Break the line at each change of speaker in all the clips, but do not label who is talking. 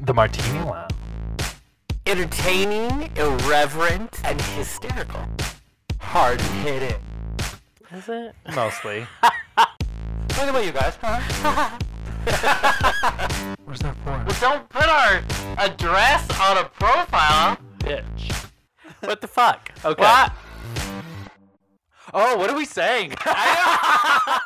The Martini Lounge.
Entertaining, irreverent, and hysterical. Hard hitting.
Is it?
Mostly.
What about you guys? Huh?
Where's that for?
well, don't put our address on a profile.
Bitch. What the fuck? Okay.
What?
Oh, what are we saying?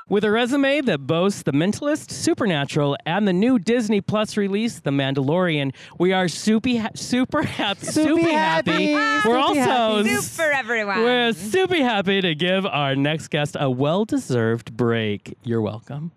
With a resume that boasts The Mentalist, Supernatural, and the new Disney Plus release, The Mandalorian, we are soupy ha- super happy. Super happy. We're also
Soup for everyone.
We're super happy to give our next guest a well deserved break. You're welcome.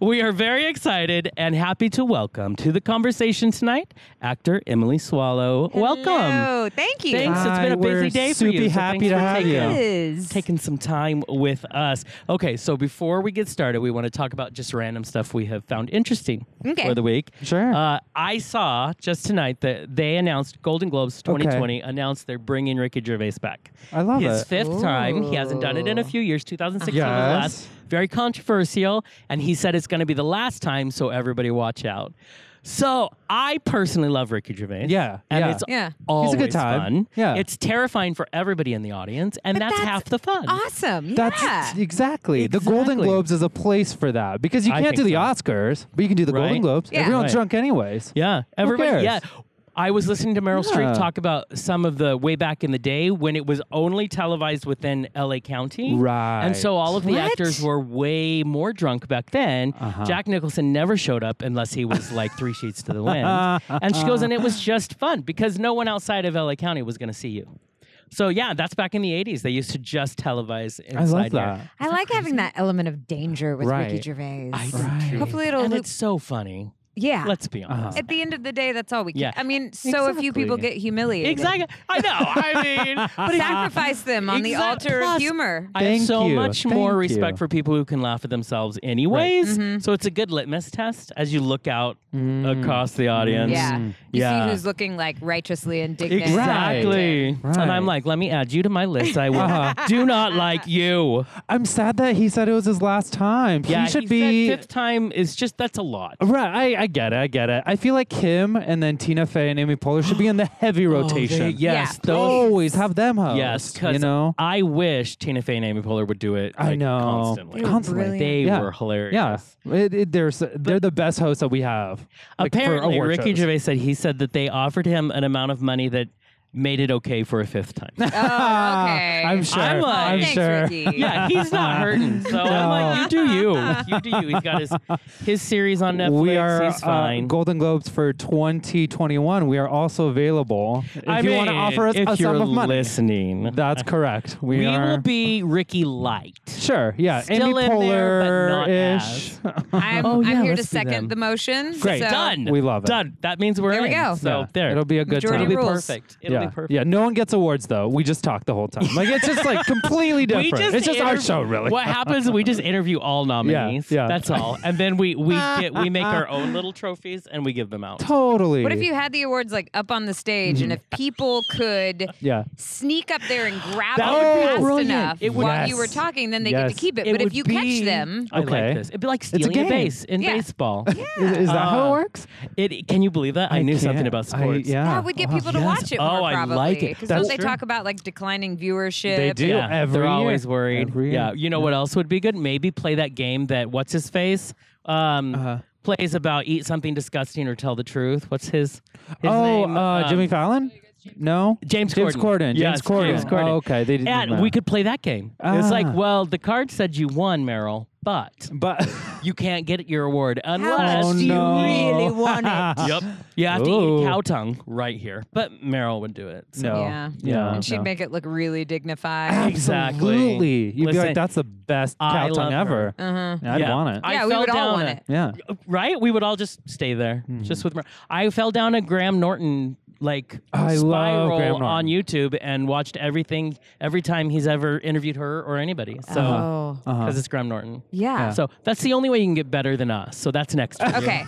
We are very excited and happy to welcome to the conversation tonight actor Emily Swallow. Welcome.
Hello. Thank you.
Thanks. It's been a
Hi,
busy
we're
day for
super
you, so thanks
happy to
for
have
taking-
you.
It is.
taking some time with us. Okay, so before we get started, we want to talk about just random stuff we have found interesting
Okay.
for the week.
Sure.
Uh, I saw just tonight that they announced Golden Globes 2020 announced they're bringing Ricky Gervais back.
I love
His
it.
fifth time. He hasn't done it in a few years. 2016 was the
Yes.
last. Very controversial, and he said it's going to be the last time, so everybody watch out. So I personally love Ricky Gervais.
Yeah,
and
yeah.
it's
Yeah.
always
He's a good time.
fun.
Yeah.
it's terrifying for everybody in the audience, and
But
that's,
that's
half the fun.
Awesome.
That's
yeah.
exactly. The Golden
Exactly.
Globes is a place for that because you
I
can't
think
do the
so.
Oscars, but you can do the
Right.
Golden Globes.
Yeah.
Everyone's
Right.
drunk anyways.
Yeah, everybody.
cares?
Yeah. I was listening to Meryl
Yeah.
Streep talk about some of the way back in the day when it was only televised within LA County. And so all of the
Right.
actors were way more drunk back then.
Uh-huh.
Jack Nicholson never showed up unless he was like three sheets to the wind. And she goes, and it was just fun because no one outside of LA County was going to see you. So yeah, that's back in the 80s. They used to just televise inside
I love
here.
that.
I like having that element of danger with Ricky
Right.
Gervais.
I do
Right.
too.
Hopefully it'll
and
loop-
it's so funny.
yeah.
Let's be
Uh-huh.
honest.
At the end of the day, that's all we can.
Yeah.
I mean, so a few people
Exactly.
get humiliated.
Exactly. I know. I mean, but it's-
Sacrifice them on the
Exact-
altar
Plus,
of humor.
I have
Thank
so
you.
much more
Thank
respect
you.
for people who can laugh at themselves, anyways. So it's a good litmus test as you look out
Mm.
across the audience.
yeah. You
Yeah.
see who's looking like righteously indignant.
Exactly.
Right. Uh-huh.
And I'm like, let me add you to my list. I will do not like you.
I'm sad that he said it was his last time.
Yeah,
he should
said
be.
fifth time is just that's a lot.
Right, I, I get it, I get it. I feel like him and then Tina Fey and Amy Poehler should be in the heavy rotation.
Oh, they- yes,
Yeah,
those-
always have them host.
yes, because
you know.
I wish Tina Fey and Amy Poehler would do it.
I
like,
know.
constantly.
They were Constantly.
brilliant.
They
Yeah.
were hilarious.
yeah, it, it, they're s- they're the best hosts that we have. like, for
Apparently,
award
Ricky
shows.
Gervais said he said that they offered him an amount of money that made it okay for a fifth time.
Oh, okay.
I'm sure.
I'm
Oh,
like- I'm
thanks,
sure.
Ricky.
yeah, he's not hurting. So I'm like, you do you, you do you. He's got his his series on Netflix.
we are
he's
uh,
fine.
Golden Globes for 2021. We are also available if
I
you want to
mean,
offer us
if
a sum
you're
of money.
listening,
That's correct. We,
we
are.
will be Ricky Light.
sure. Yeah,
still
Amy
in
Poehler
there, but not
ish.
I'm,
Oh, yeah,
I'm here to
let's do them.
second the motion.
Great.
So
Done.
We love it.
Done. That means we're
There we
in.
go.
So
Yeah.
there.
it'll be a good
Majority
It'll be
time.
rules.
perfect. It'll
yeah.
be perfect.
yeah, no one gets awards though. We just talk the whole time. Like it's just like completely different. it's just our
interv-
show, really.
What happens? We just interview all nominees.
yeah.
that's all, and then we we get we make our own little trophies and we give them out.
Totally.
What if you had the awards like up on the stage and if people could
Yeah.
sneak up there and grab
That
them
would be
fast
brilliant.
enough
It would-
while
Yes.
you were talking, then they get
Yes.
to keep it. but
would
if you
be- Ah.
catch them,
I
Okay.
like this. It'd be like
a
stealing a,
game.
base in
Yeah.
baseball.
Is, is that how
Uh,
it works?
It can you believe that? I, knew something
can't.
about
I-
sports.
yeah.
that would get people to watch it
Oh,
more
I like
probably.
it.
Because
That's
don't they
true.
talk about like declining viewership?
They do.
Yeah,
every
they're
year.
always worried.
Every
yeah,
year.
you know what else would be good? Maybe play that game that what's his face um,
Uh-huh.
plays about eat something disgusting or tell the truth. What's his? his
oh,
name?
uh,
Um,
Jimmy Fallon? No,
James
James
Corden.
Corden.
Yes,
James Corden.
James Corden.
Oh, okay, they didn't.
And we could play that game. It's like,
Ah.
well, the card said you won, Meryl, but
but
you can't get your award
much
unless
Oh,
do you
no.
really want it?
Yep. You have to eat
Ooh.
cow tongue right here. But Meryl would do it. So.
no,
Yeah.
yeah,
and she'd
no.
make it look really dignified.
Exactly.
Absolutely. You'd be
Listen,
like, that's the best
I
cow
love
tongue
her.
ever.
Uh-huh.
I'd
Yeah.
want it.
I
Yeah, we
fell
would all
down
want
a-
it.
yeah.
Right? We would all just stay there,
Mm-hmm.
just with Mer- I fell down a Graham Norton like
I love
spiral
Graham Norton.
on YouTube and watched everything every time he's ever interviewed her or anybody. So
Uh-huh.
because
Oh.
it's Graham Norton.
Yeah.
So that's the only way you can get better than us. So that's next. week.
Okay.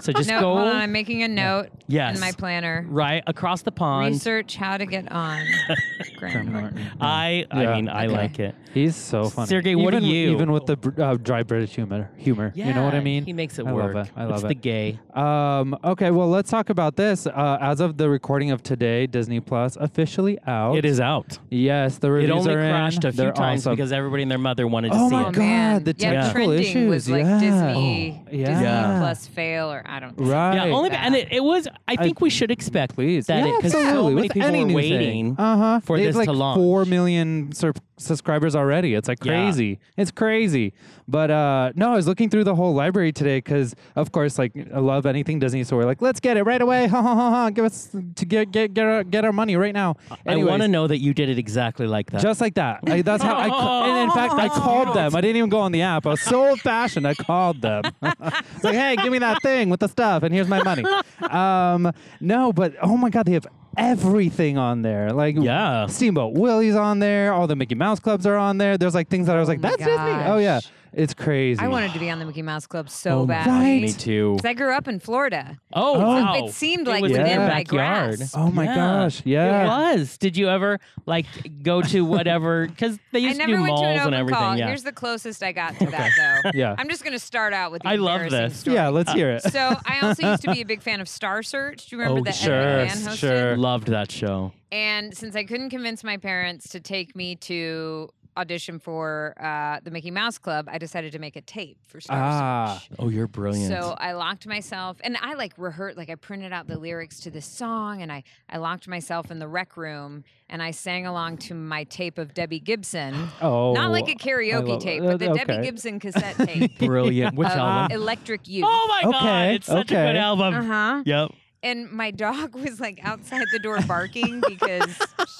So just
No,
go
hold on. I'm making a note
Yes.
in my planner.
right across the pond.
Research how to get on. Graham Norton.
I I
Yeah.
mean I
Okay.
like it.
He's so funny.
Sergey, what do
even,
you-
Even with the br- uh, dry British humor, humor. you know what I
Yeah,
mean?
He makes it
I
work.
Love it. I love
it's
it.
the gay.
Um, okay, well, let's talk about this. Uh, as of the recording of today, Disney Plus officially out.
out.
Yes, the reviews
It only
Oh, are in.
crashed a few
They're
times
awesome.
because everybody and their mother wanted to
Oh
see
my
it.
God,
Man.
the
yeah,
technical
trending
issues,
was like
yeah.
Disney,
Oh, yeah.
Disney
Yeah.
plus fail, or I don't know.
Right.
Yeah, only and it, it was. I think we should expect
Please.
that
yeah,
because so
absolutely.
many
With
people
any
were
new thing.
waiting
uh-huh.
for
they
this
have like
to launch.
Four million sur- subscribers already. It's like
Yeah.
crazy. It's crazy. But uh, no, I was looking through the whole library today because, of course, like I love anything Disney, so we're like, let's get it right away. Ha ha ha ha! Give us to get get get our, get our money right now.
I want
Anyways.
to know that you did it exactly like that.
Just like that. I, that's how I. ca- and in fact, I called them. I didn't even go on the app. I was so old fashioned. I called them. It's like, hey, give me that thing with the stuff, and here's my money. Um, no, but oh my god, they have everything on there. Like
Yeah.
Steamboat Willie's on there. All the Mickey Mouse clubs are on there. There's like things that I was like,
my
that's Disney. Oh
gosh.
yeah, it's crazy.
I wanted to be on the Mickey Mouse Club so
Oh my
bad.
gosh, me
Because
too.
I grew up in Florida.
Oh, wow.
it seemed
It
like
was
to
in
them
their
I
backyard.
grasped.
Oh my
Yeah.
gosh, yeah.
it was. Did you ever like go to whatever? Because they
I
used to
never
do
went
malls
to an open
and everything.
call.
Yeah,
Here's the closest I got to that, though.
Yeah.
I'm just going to start out with the
I love
embarrassing
this.
story.
yeah, let's hear it.
So I also used to be a big fan of Star Search. Do you remember
Oh,
that
sure,
Ed McMahon hosted?
sure.
loved that show.
And since I couldn't convince my parents to take me to audition for uh, the Mickey Mouse Club, I decided to make a tape for Star
Ah.
Search.
Oh, you're brilliant.
So I locked myself, and I like rehearsed, like I printed out the lyrics to this song, and I I locked myself in the rec room, and I sang along to my tape of Debbie Gibson,
Oh,
not like a
I
karaoke
love- Uh,
tape, but the
okay.
Debbie Gibson cassette tape
brilliant. Which
of
album?
Electric Youth.
Oh my god,
Okay,
it's such a good
okay.
album.
Uh huh.
Yep.
And my dog was like outside the door barking because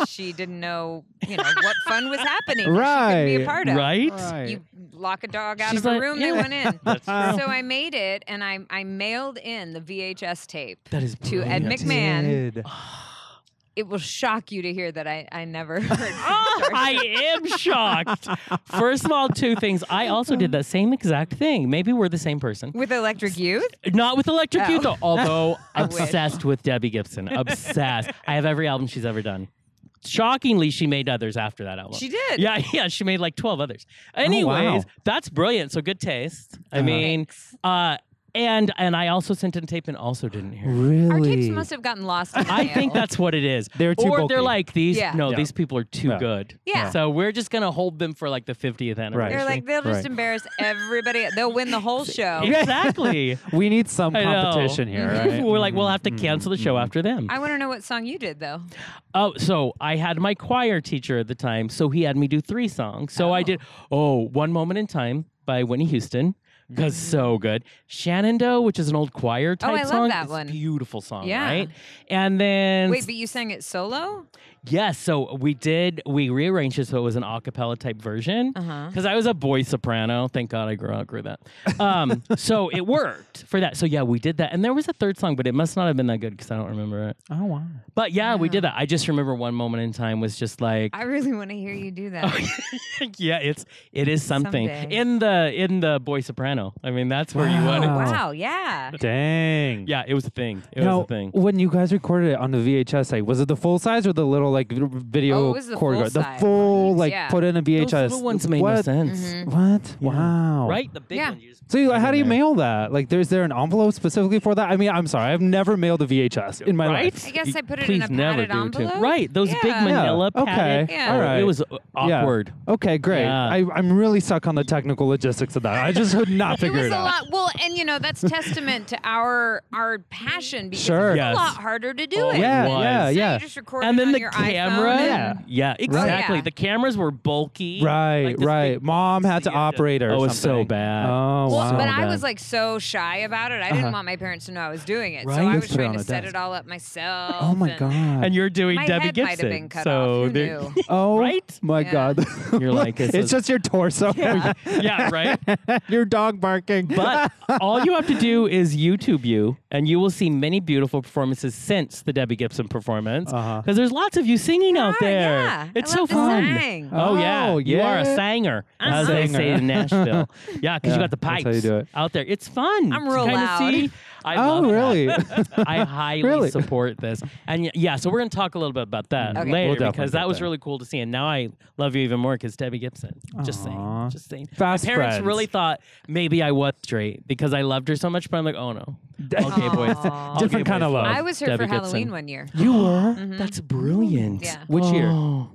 she didn't know, you know, what fun was happening. that She couldn't be
Right,
a part of.
Right.
Right.
You lock a dog out
She's
of a
like,
room,
yeah.
they went in.
That's true.
So I made it, and I I mailed in the VHS tape.
That is
To Ed
brilliant.
Mc- McMahon.
Did.
It will shock you to hear that I I never heard. From Star
Oh,
Trek.
I am shocked. First of all, two things. I also did that same exact thing. Maybe we're the same person.
With Electric Youth,
Not with Electric
Oh.
Youth, though, although
I wish.
obsessed with Debbie Gibson. Obsessed. I have every album she's ever done. Shockingly, she made others after that album.
she did.
yeah, yeah, she made like 12 others. Anyways, that's brilliant. So good taste. I mean, uh, and and I also sent in a tape and also didn't hear. it.
Really?
Our tapes must have gotten lost. In the
I think
mail.
that's what it is.
They're too
or
bulky.
they're like these.
Yeah.
No,
Yeah.
these people are too
Yeah.
good.
Yeah.
So we're just gonna hold them for like the 50th anniversary.
They're like they'll just
Right.
embarrass everybody. They'll win the whole show.
exactly.
we need some
I know.
competition here, right? Mm-hmm.
we're like we'll have to cancel the show after them.
I want to know what song you did though.
Oh, so I had my choir teacher at the time, so he had me do three songs. So I did oh, One Moment in Time by Whitney Houston. Because so good. Shenandoah, which is an old choir type
Oh, I love
song.
that
It's
one.
Beautiful song,
Yeah.
right? And then
Wait, but you sang it solo?
Yes, so we did. We rearranged it so it was an a cappella type version.
Uh-huh.
Because I was a boy soprano. Thank God I grew out grew that. Um, so it worked for that. So yeah, we did that. And there was a third song, but it must not have been that good because I don't remember it.
Oh wow.
But yeah, we did that. I just remember one moment in time was just like,
I really want to hear you do that.
yeah, it's it is something
Someday.
in the in the boy soprano. I mean, that's where you
Oh,
want it.
Wow.
wow, yeah.
Dang.
Yeah, it was a thing. It
now,
was a thing.
when you guys recorded it on the VHS, like, was it the full size or the little like v- video
Oh, it was the
choreo-
full
The
size
full
ones,
like
yeah.
put in a VHS.
Those little ones made
what?
no sense,
What? Wow.
right? The big
Mm-hmm. Yeah.
one. You just
So you- how do you
in there.
mail that? Like, there's there an envelope specifically for that? I mean, I'm sorry, I've never mailed a VHS in my
right?
life.
I guess I put it in
Please
a
never
padded
do it to-
envelope.
Right, those big
Yeah.
manila
Yeah,
padded.
okay,
Yeah.
all right.
It was uh,
Yeah.
awkward.
Okay, great.
Yeah.
I, I'm really stuck on the technical logistics of that. I just could not
It
figure
was
it,
a
out.
lot. Well, and you know that's testament to our our passion because
Sure.
it's
Yes.
a lot harder to do
Oh,
it.
yeah,
was.
yeah,
So
yeah.
you just record
and
it
then
on
the
your
camera.
iPhone.
Yeah.
and- Oh,
yeah, exactly.
yeah.
The cameras were bulky.
Right,
like this
right.
big
Mom had to
boxy and-
operate or
Oh, it was
something.
so bad.
Oh,
Well,
wow. Uh-huh.
but I was like so shy about it. I didn't want my parents to know I was doing it,
Right,
so
you
I
just
was
put it
trying
on
to
a
set
desk.
it all up myself.
oh my
and
god.
and you're doing
my
Debbie
head
Gibson.
might have been cut
so
off. Who
there-
knew?
oh,
Right?
My
Yeah.
god.
You're like, this
it's
is-
just your torso.
yeah, right.
your dog barking.
But all you have to do is YouTube you, and you will see many beautiful performances since the Debbie Gibson performance. Because
Uh-huh.
there's lots of of you singing out
Ah,
there.
yeah.
It's
I
so
love to
fun.
sing.
Oh, yeah.
Oh,
you are a
yeah.
sanger,
A
as they
singer.
say in Nashville. yeah, because
Yeah,
you got the
that's
pipes
how you do it.
out there. It's fun.
I'm
to
real
kinda
loud.
See. I
oh,
love that.
really?
I highly
Really?
support this. And y- yeah, so we're going to talk a little bit about that
Okay.
later
We'll definitely
because
get
that was
there.
really cool to see. And now I love you even more because Debbie Gibson. Just
Aw.
saying. Just saying.
Fast
My parents
friends.
really thought maybe I was straight because I loved her so much, but I'm like, oh no. Okay, boys.
Aw.
Different
Okay,
kind of
boys.
love.
I was her
Debbie
for Halloween
Gibson.
one year.
You were? That's brilliant.
Mm-hmm. Yeah.
Which year?
Oh.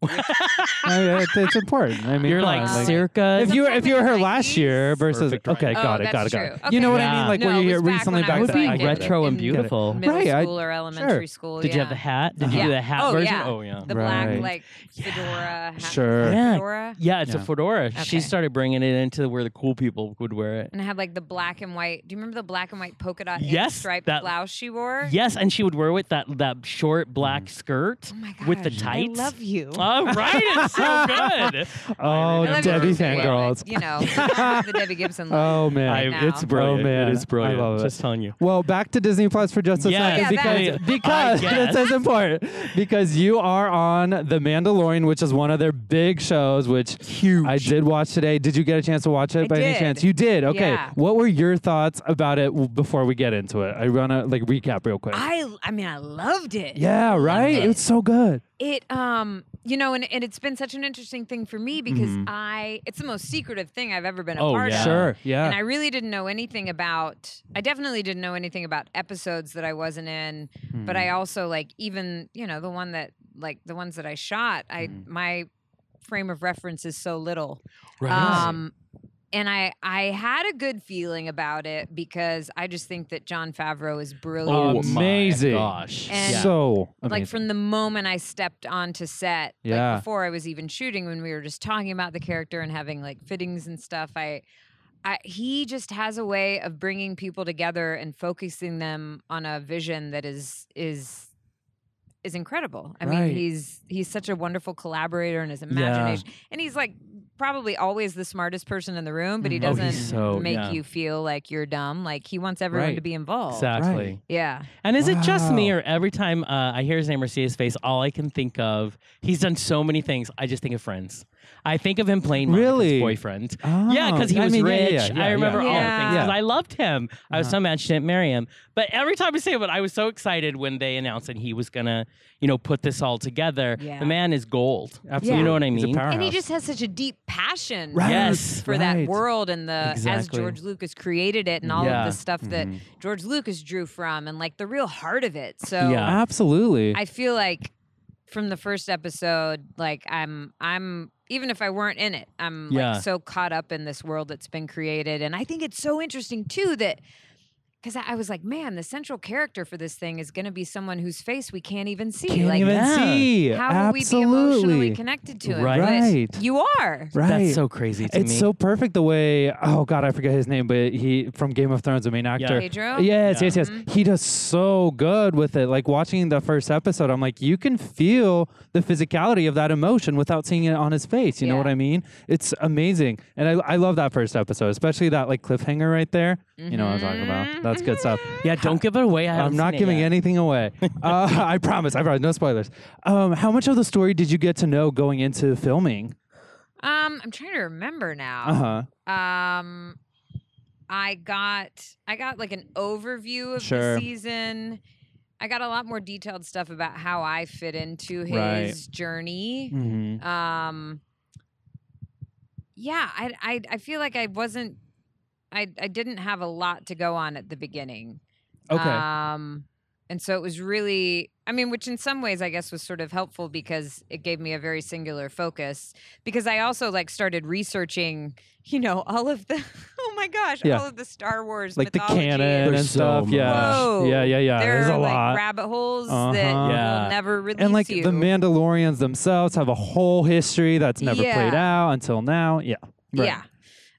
I mean, it's, it's important. I mean,
You're
come
like
on,
circa.
if you were
Sometime
if you were
in
her
the
last
90s.
year versus
Perfect
okay,
Oh,
got it, got
that's
it, got it.
true.
You know what I
Okay.
mean? Like
No,
where
it
you hear
was back
recently
when I
back
was
then.
be
I
like
get it.
retro and
in
beautiful.
Middle
Right, I-
school or elementary school.
Did you have the
yeah.
hat? Did you
Yeah.
do the hat
Oh,
version?
yeah.
Oh yeah.
The black
Right.
like fedora hat.
Sure.
Yeah.
Fedora.
Yeah, it's
Yeah.
a fedora. She
Okay.
started bringing it into where the cool people would wear it.
And I had like the black and white. Do you remember the black and white polka dot
Yes,
striped
that-
blouse she wore?
Yes, and she would wear with that that short
Mm-hmm.
black skirt
Oh my gosh.
with the
I
tights. Oh,
love you.
All right, it's so good.
Oh,
I love you,
Debbie
Debbie.
fangirls.
Like, you know, the Debbie Gibson. look.
Oh man.
I- now. it's
brilliant.
It is
I
brilliant.
love it.
Just telling you.
Well, back to Disney Plus for just a
Yeah,
second
Yeah, that-
because because
I guess.
this is important because you are on The Mandalorian, which is one of their big shows, which huge. I did watch today. Did you get a chance to watch it
I
by any
did.
chance? You did. Okay.
Yeah.
What were your thoughts about it w- before we get into it? I wanna like recap real quick.
I I mean I loved it.
yeah, right.
it.
It's so good.
It um you know and, and it's been such an interesting thing for me because I it's the most secretive thing I've ever been a
Mm-hmm. Oh,
part
yeah.
of.
Sure.
And I
Yeah.
really didn't know anything about. I definitely didn't know anything about episodes that I wasn't in. But I also like even you know the one that like the ones that I shot. I my frame of reference is so little. Um, and I I had a good feeling about it because I just think that John Favreau is brilliant.
Oh
Amazing.
My gosh.
And- Yeah.
So amazing.
Like from the moment I stepped onto set,
Yeah.
like before I was even shooting, when we were just talking about the character and having like fittings and stuff, I, I he just has a way of bringing people together and focusing them on a vision that is is is incredible. I
Right.
mean, he's he's such a wonderful collaborator and his imagination, and he's like probably always the smartest person in the room, but he
Mhm. Oh,
doesn't
he's so-
make
yeah.
you feel like you're dumb. Like he wants everyone to
Right.
be involved.
Exactly.
Right.
Yeah.
And is it just me,
Wow.
or every time uh, I hear his name or see his face, all I can think of, he's done so many things. I just think of friends. I think of him playing Monica's
Really?
boyfriend.
Oh,
yeah, because he
I
was
mean, yeah, yeah,
rich.
yeah, yeah, Uh-huh.
I remember all the things.
Yeah.
'cause I loved him. I was so mad she didn't marry him. But every time I say it, but I was so excited when they announced that he was gonna, you know, put this all together.
Yeah.
The man is gold.
Absolutely.
You know what I
He's a
mean?
powerhouse.
and he just has such a deep passion
Right,
Yes.
for
right.
that world and the as
Exactly.
George Lucas created it and all
Yeah. Mm-hmm.
of the stuff that George Lucas drew from and like the real heart of it. So
Yeah.
Absolutely.
Uh, I feel like from the first episode, like I'm I'm even if I weren't in it, I'm
Yeah.
like so caught up in this world that's been created. And I think it's so interesting too that because I, I was like, man, the central character for this thing is gonna be someone whose face we can't even see.
Can't
like
even
Yeah.
see.
how will we be
Absolutely.
emotionally connected to him?
Right.
But
Right.
You are.
Right.
That's so crazy to
it's
me.
so perfect the way oh god I forget his name but he from Game of Thrones the main actor
Pedro?
yes
Yeah.
yes yes
Mm-hmm.
he does so good with it like watching the first episode I'm like you can feel the physicality of that emotion without seeing it on his face you know
Yeah.
what I mean it's amazing and I, I love that first episode especially that like cliffhanger right there you know what I'm talking
Mm-hmm.
about that's good stuff
yeah, don't give it away. I
I'm not giving
any.
anything away. uh, I promise. I promise. No spoilers. Um, how much of the story did you get to know going into filming?
Um, I'm trying to remember now.
Uh-huh.
Uh
Um, I got I got like an overview of
Sure.
the season. I got a lot more detailed stuff about how I fit into his
Right.
journey.
Mm-hmm.
huh.
Um, yeah, I, I I feel like I wasn't I I didn't have a lot to go on at the beginning.
Okay.
Um, and so it was really, I mean, which in some ways I guess was sort of helpful because it gave me a very singular focus. Because I also like started researching, you know, all of the, oh my gosh,
Yeah.
all of the Star Wars
like the
mythology
canon
and-
and
There's so
stuff. Yeah.
much.
Whoa,
Yeah, yeah, yeah.
There
There's
are
a
like
lot.
rabbit holes
Uh-huh.
that
Yeah.
will never release
and like
you.
the Mandalorians themselves have a whole history that's never played out until now. Yeah. Right.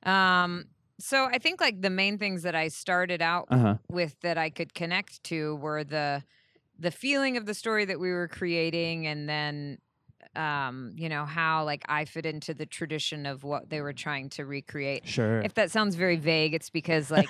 Yeah. Um. So I think like the main things that I started out
Uh-huh.
with that I could connect to were the the feeling of the story that we were creating, and then um, you know, how like I fit into the tradition of what they were trying to recreate.
Sure.
If that sounds very vague, it's because like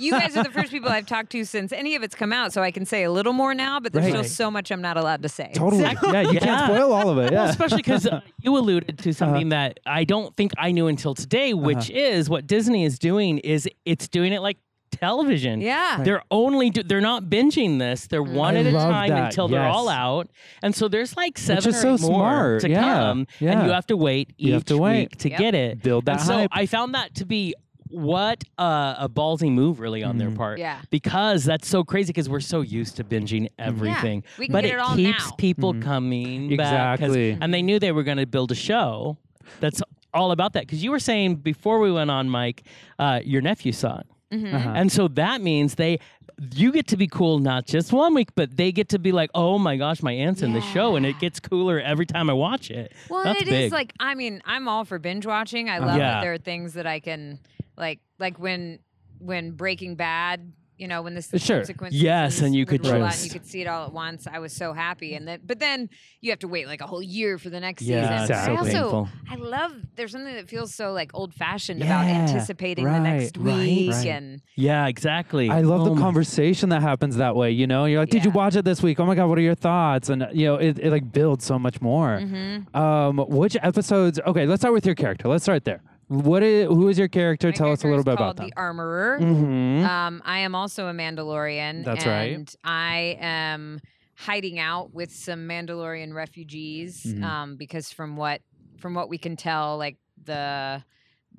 you guys are the first people I've talked to since any of it's come out, so I can say a little more now, but there's still
Right.
so much I'm not allowed to say.
Totally. Yeah, you can't
Yeah.
spoil all of it. Yeah.
especially because uh, you alluded
Uh-huh.
to something that I don't think I knew until today, which is what Disney is doing is it's doing it like television.
Yeah. Right.
they're only do- they're not binging this. They're one
Mm-hmm. I
at a
love
time
that,
until they're all
yes.
out, and so there's like seven
is
or
so
eight more
smart,
to
yeah,
come,
yeah.
and you have to wait each
You have to wait.
week to
Yep.
get it.
Build that
And so
hype.
I found that to be. What uh, a ballsy move, really, on
Mm.
their part.
Yeah.
Because that's so crazy because we're so used to binging everything.
we can
but
get it all
keeps
now.
people coming back 'cause-
Mm-hmm. Exactly.
and they knew they were going to build a show that's all about that because you were saying before we went on mike uh, your nephew saw it
Uh-huh.
and so that means they you get to be cool not just one week but they get to be like oh my gosh my aunt's in the show and it gets cooler every time i watch it
Well,
that's
it is
big. Uh-huh.
like I mean, I'm all for binge watching. I love
Yeah.
that there are things that I can like, like when when Breaking Bad, you know, when the
Sure.
consequences
Yes, and you
would
could
roll out and
just-
you could see it all at once. I was so happy, and then but then you have to wait like a whole year for the next
Yeah,
season.
it's
I
so
also
painful.
I love there's something that feels so like old fashioned about
Yeah,
anticipating the next
right, right,
week
right.
and
yeah exactly
I love
Oh
the
my-
conversation that happens that way. You know, you're like, "Did you
Yeah.
watch it this week? Oh my god, what are your thoughts?" And you know, it, it like builds so much more.
Mm-hmm.
Um, which episodes? Okay, let's start with your character. Let's start there. What is who is your character?
My
Tell us a
character
little
is
bit about
called
them.
The Armorer.
Mhm.
Um, I am also a Mandalorian.
That's right.
and I am hiding out with some Mandalorian refugees
Mhm.
um, because from what from what we can tell, like the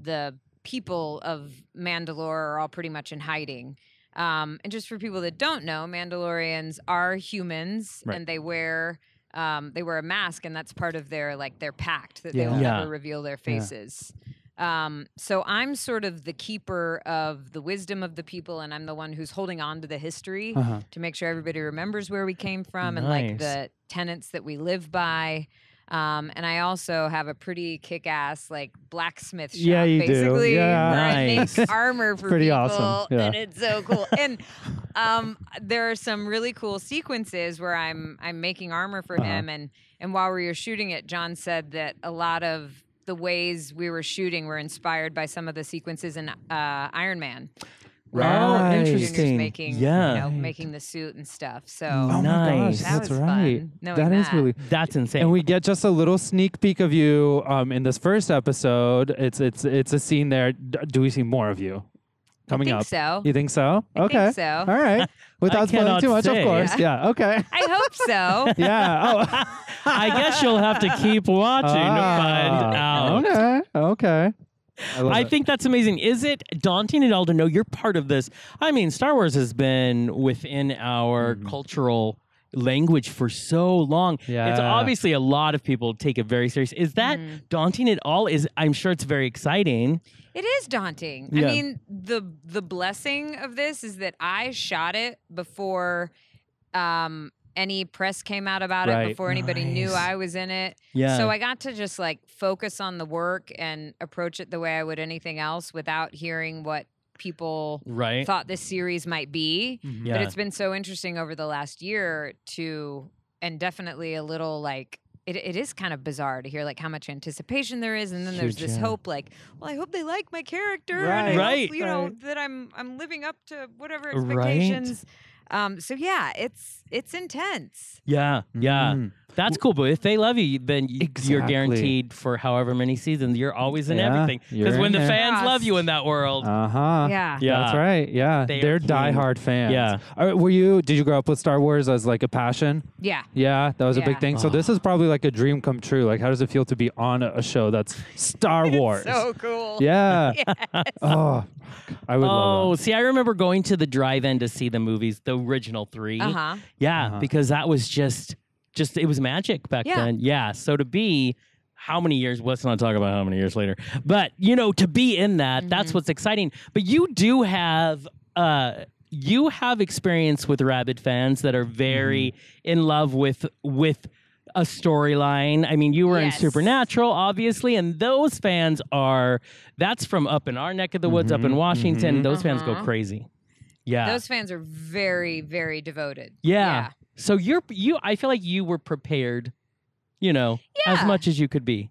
the people of Mandalore are all pretty much in hiding. Um, and just for people that don't know, Mandalorians are humans,
Right.
and they wear um, they wear a mask, and that's part of their like their pact that
Yeah.
they will
Yeah.
never reveal their
Yeah.
faces. Um, so I'm sort of the keeper of the wisdom of the people, and I'm the one who's holding on to the history
Uh-huh.
to make sure everybody remembers where we came from and like
Nice.
the tenets that we live by. Um, and I also have a pretty kick-ass like blacksmith shop,
Yeah, you do.
basically,
Yeah.
where I
Nice.
make armor for
pretty
people,
awesome. Yeah.
and it's so cool. and um, there are some really cool sequences where I'm I'm making armor for
Uh-huh.
him, and and while we were shooting it, John said that a lot of the ways we were shooting were inspired by some of the sequences in uh, Iron Man. where
Right.
Junior's
Interesting.
Making,
Yeah.
you know,
Right.
making the suit and stuff. So
Oh my gosh,
Nice.
that
that's
was
right.
fun. knowing
that is really
that's insane
And we get just a little sneak peek of you um, in this first episode. It's it's it's a scene there. D- Do we see more of you coming
think
up?
so.
You think so?
I think
okay.
so.
All right. Without spoiling
cannot
too much, of
say.
course. Yeah. Okay.
I hope so.
yeah. Oh.
i guess you'll have to keep watching to find
Ah,
out
Okay. Okay. I, love
I
it.
think that's amazing. Is it daunting at all to know you're part of this? I mean, Star Wars has been within our
Mm-hmm.
cultural language for so long. It's
Yeah.
obviously a lot of people take it very serious. Is that
Mm-hmm.
daunting at all? Is I'm sure it's very exciting.
It is daunting.
Yeah.
I mean, the the blessing of this is that I shot it before um, any press came out about
Right.
it, before anybody knew
Nice.
I was in it.
Yeah.
So I got to just like focus on the work and approach it the way I would anything else without hearing what people
right.
thought this series might be.
Mm-hmm.
yeah.
But it's been so interesting over the last year to, and definitely a little like, it, it is kind of bizarre to hear like how much anticipation there is, and then there's
Huge,
this
yeah.
hope like, well, I hope they like my character, and I
Right.
hope,
Right.
you know
Right.
that I'm I'm living up to whatever
Right.
expectations. Um, so yeah, it's it's intense.
yeah. Yeah.
Mm.
That's cool. But if they love you, then y- you're
Exactly.
guaranteed for however many seasons. You're always in
Yeah,
everything.
you're
Because when
in
the
there.
fans love you in that world,
Uh huh.
yeah.
Yeah.
That's right. Yeah.
They are
They're
keen.
diehard fans.
Yeah.
All right, were you? Did you grow up with Star Wars as like a passion?
Yeah.
Yeah, that was a big
Yeah.
thing. So this is probably like a dream come true. Like, how does it feel to be on a a show that's Star Wars?
So cool.
yeah. Oh, I would
Oh,
love
see, I remember going to the drive-in to see the movies, the original 3
Uh huh.
Yeah, because that was just, just it was magic back
Yeah.
then. Yeah. So to be, how many years? Let's not talk about how many years later. But you know, to be in that,
Mm-hmm.
that's what's exciting. But you do have, uh, you have experience with rabid fans that are very in love with with a storyline. I mean, you were in
Yes.
Supernatural, obviously, and those fans are that's from up in our neck of the woods, up in Washington. Those fans go
Uh-huh.
crazy. Yeah.
Those fans are very, very devoted.
yeah. So you're you I feel like you were prepared you know, as
Yeah.
much as you could be.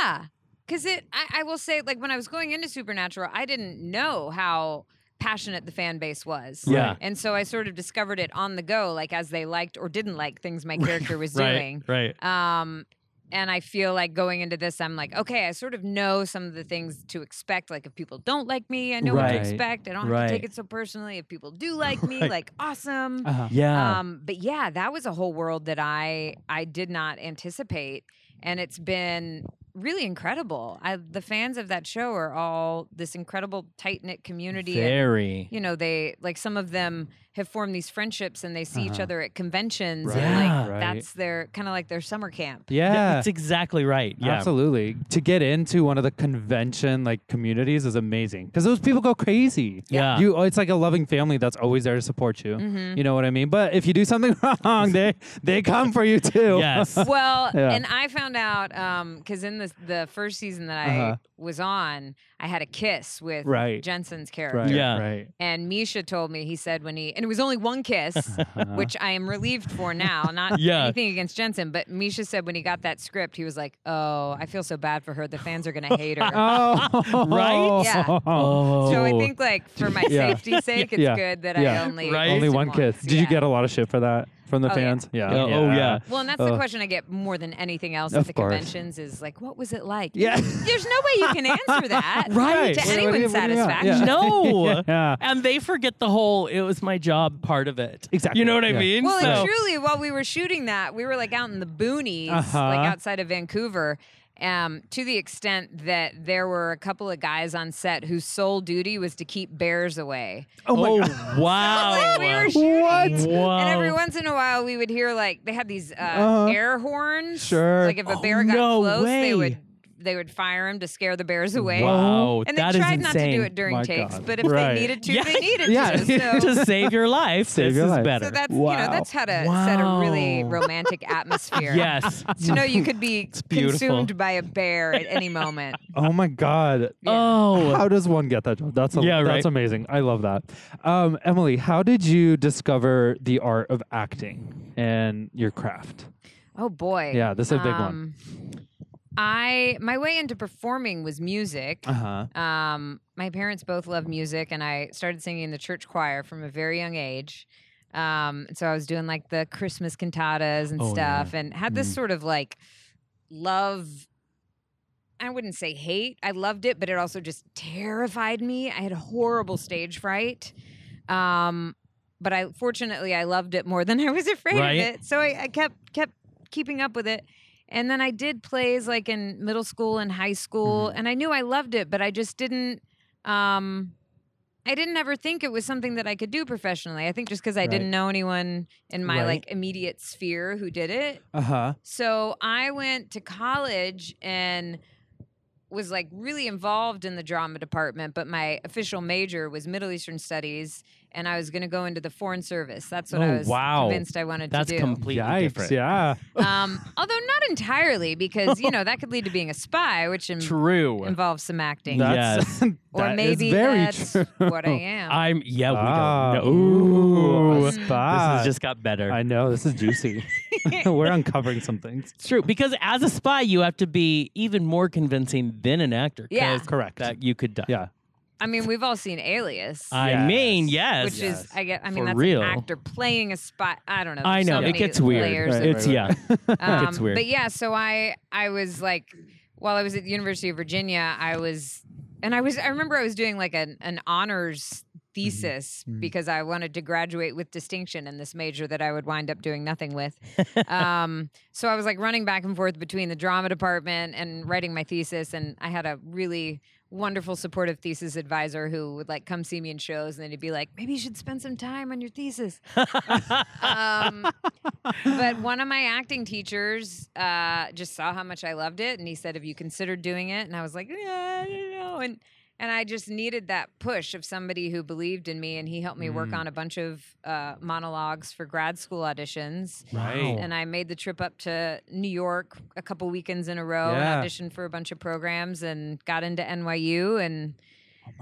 Yeah. Because it, I, I will say, like, when I was going into Supernatural, I didn't know how passionate the fan base was.
Yeah.
And so I sort of discovered it on the go, like, as they liked or didn't like things my character was doing.
Right.
Um, and I feel like going into this, I'm like, okay, I sort of know some of the things to expect. Like, if people don't like me, I know what to
Right.
expect. I don't have
Right.
to take it so personally. If people do like me,
Right.
like, awesome.
Oh.
Uh-huh.
Yeah.
Um, but yeah, that was a whole world that I I did not anticipate, and it's been really incredible. I, the fans of that show are all this incredible tight knit community. and,
Very.
you know, they like some of them have formed these friendships, and they see each
Uh-huh.
other at conventions.
Right.
And, like
Yeah.
Right.
that's their kind of like their summer camp.
Yeah.
That's exactly right. Yeah.
Absolutely. To get into one of the convention like communities is amazing because those people go crazy.
Yeah.
You, oh, it's like a loving family that's always there to support you.
Mm-hmm.
You know what I mean? But if you do something wrong, they they come for you too.
Yes.
Well,
Yeah.
and I found out because in the the first season that I
Uh-huh.
was on, I had a kiss with
Right.
Jensen's character.
Right.
Yeah.
Right.
And Misha told me he said when he and it was only one kiss,
Uh-huh.
which I am relieved for now. Not
Yeah.
anything against Jensen, but Misha said when he got that script, he was like, "Oh, I feel so bad for her. The fans are gonna hate her."
Oh.
Right?
Yeah.
Oh.
So I think like for my
Yeah.
safety's sake, it's
Yeah.
good that
Yeah.
I only
Right?
Only
kissed him
one kiss.
once.
Did you
Yeah.
get a lot of shit for that from the
Oh, yeah.
fans? Yeah.
Yeah. Oh, yeah.
Well, and that's the
Ugh.
question I get more than anything else
uh, Of
at the
course.
conventions is like, what was it like?
Yeah.
There's no way you can answer that
Right.
to
What do you-
anyone's
what do you want?
satisfaction.
Yeah.
No.
Yeah.
And they forget the whole it was my job part of it.
Exactly.
You know what I
Yeah.
mean?
Well,
so,
and truly, while we were shooting that, we were like out in the boonies,
Uh-huh.
like outside of Vancouver. Um, to the extent that there were a couple of guys on set whose sole duty was to keep bears away.
Oh my
oh,
God.
wow.
Like, we were shooting,
What?
Wow.
and every once in a while we would hear like they had these uh,
Uh-huh.
air horns.
Sure.
Like if a
Oh,
bear got
no
close,
way.
they would they would fire him to scare the bears away.
Wow.
And they
that is
tried not to
insane.
do it during
My
takes,
God.
but if
Right.
they needed to,
Yeah.
they needed
Yeah.
to. So
to save your life.
Save
this
your
is
life.
better.
So that's you
Wow.
know that's how to set a really
Wow.
romantic atmosphere.
yes.
To know you could be
beautiful.
consumed by a bear at any moment.
Oh my God.
Oh.
How does one get that job? That's a,
Yeah,
that's
right.
amazing. I love that. Um, Emily, how did you discover the art of acting and your craft?
Oh boy.
Yeah, this is a big one.
um, one. I my way into performing was music.
Uh-huh,
huh.
Um, my parents both love music, and I started singing in the church choir from a very young age. Um, so I was doing like the Christmas cantatas and
Oh, yeah.
stuff, and had this sort of like love. I wouldn't say hate. I loved it, but it also just terrified me. I had horrible stage fright. Um, but I fortunately I loved it more than I was afraid
Right.
of it. So I, I kept kept keeping up with it. And then I did plays like in middle school and high school,
Mm-hmm.
and I knew I loved it, but I just didn't. Um, I didn't ever think it was something that I could do professionally. I think just because I
Right.
didn't know anyone in my
Right.
like immediate sphere who did it.
Uh
uh-huh.
huh.
So I went to college and was like really involved in the drama department, but my official major was Middle Eastern Studies, and I was going to go into the Foreign Service. That's what
Oh,
I was
wow.
convinced I wanted
That's
to do.
completely different.
Yeah.
um, although not entirely, because you know that could lead to being a spy, which in-
True.
involves some acting,
That-
That's,
or
that is
maybe
very
that's
true.
what I am.
I'm yeah, Oh, we
Ah,
don't know. Ooh.
a
This
spy.
has just got better.
I know this is juicy. We're uncovering some things.
it's true because as a spy, you have to be even more convincing than an actor. 'cause
Yeah.
Correct.
that you could die.
yeah.
I mean, we've all seen Alias.
I
Yes.
mean, Uh, yes,
which is, I get. I mean,
For
that's
real.
an actor playing a spy. I don't know.
I
there's so
know it
many
gets weird.
layers of
It's yeah,
Um,
It's weird.
But yeah, so I I was like, while I was at the University of Virginia, I was, and I was I remember I was doing like an an honors thesis
Mhm.
because I wanted to graduate with distinction in this major that I would wind up doing nothing with. um, so I was like running back and forth between the drama department and writing my thesis, and I had a really wonderful supportive thesis advisor who would like come see me in shows and then he'd be like maybe you should spend some time on your thesis um, but one of my acting teachers uh, just saw how much I loved it, and he said, "Have you considered doing it?" And I was like, "Yeah, I don't know." And and I just needed that push of somebody who believed in me, and he helped me work
Mm.
on a bunch of uh, monologues for grad school auditions.
Right.
And I made the trip up to New York a couple weekends in a row
Yeah.
and auditioned for a bunch of programs and got into NYU and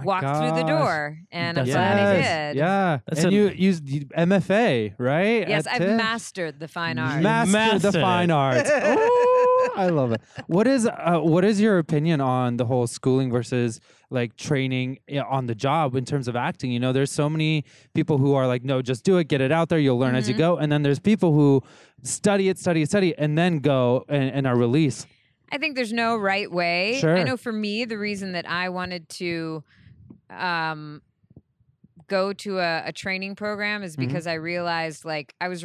walked through the
Oh gosh.
door, and I'm
That's
glad I
amazing.
did.
Yeah.
That's
and
a-
you used you- MFA, right?
Yes,
at
I've
Tisch?
mastered the fine art.
Mastered the
Mastered.
fine arts. Ooh, I love it. What is uh, what is your opinion on the whole schooling versus like training you know, on the job in terms of acting? You know, there's so many people who are like, no, just do it, get it out there, you'll learn as you go, and then there's people who study it, study it, study, it, and then go and, and are released.
I think there's no right way.
Sure.
I know for me, the reason that I wanted to um, go to a, a training program is
Mm-hmm.
because I realized like I was,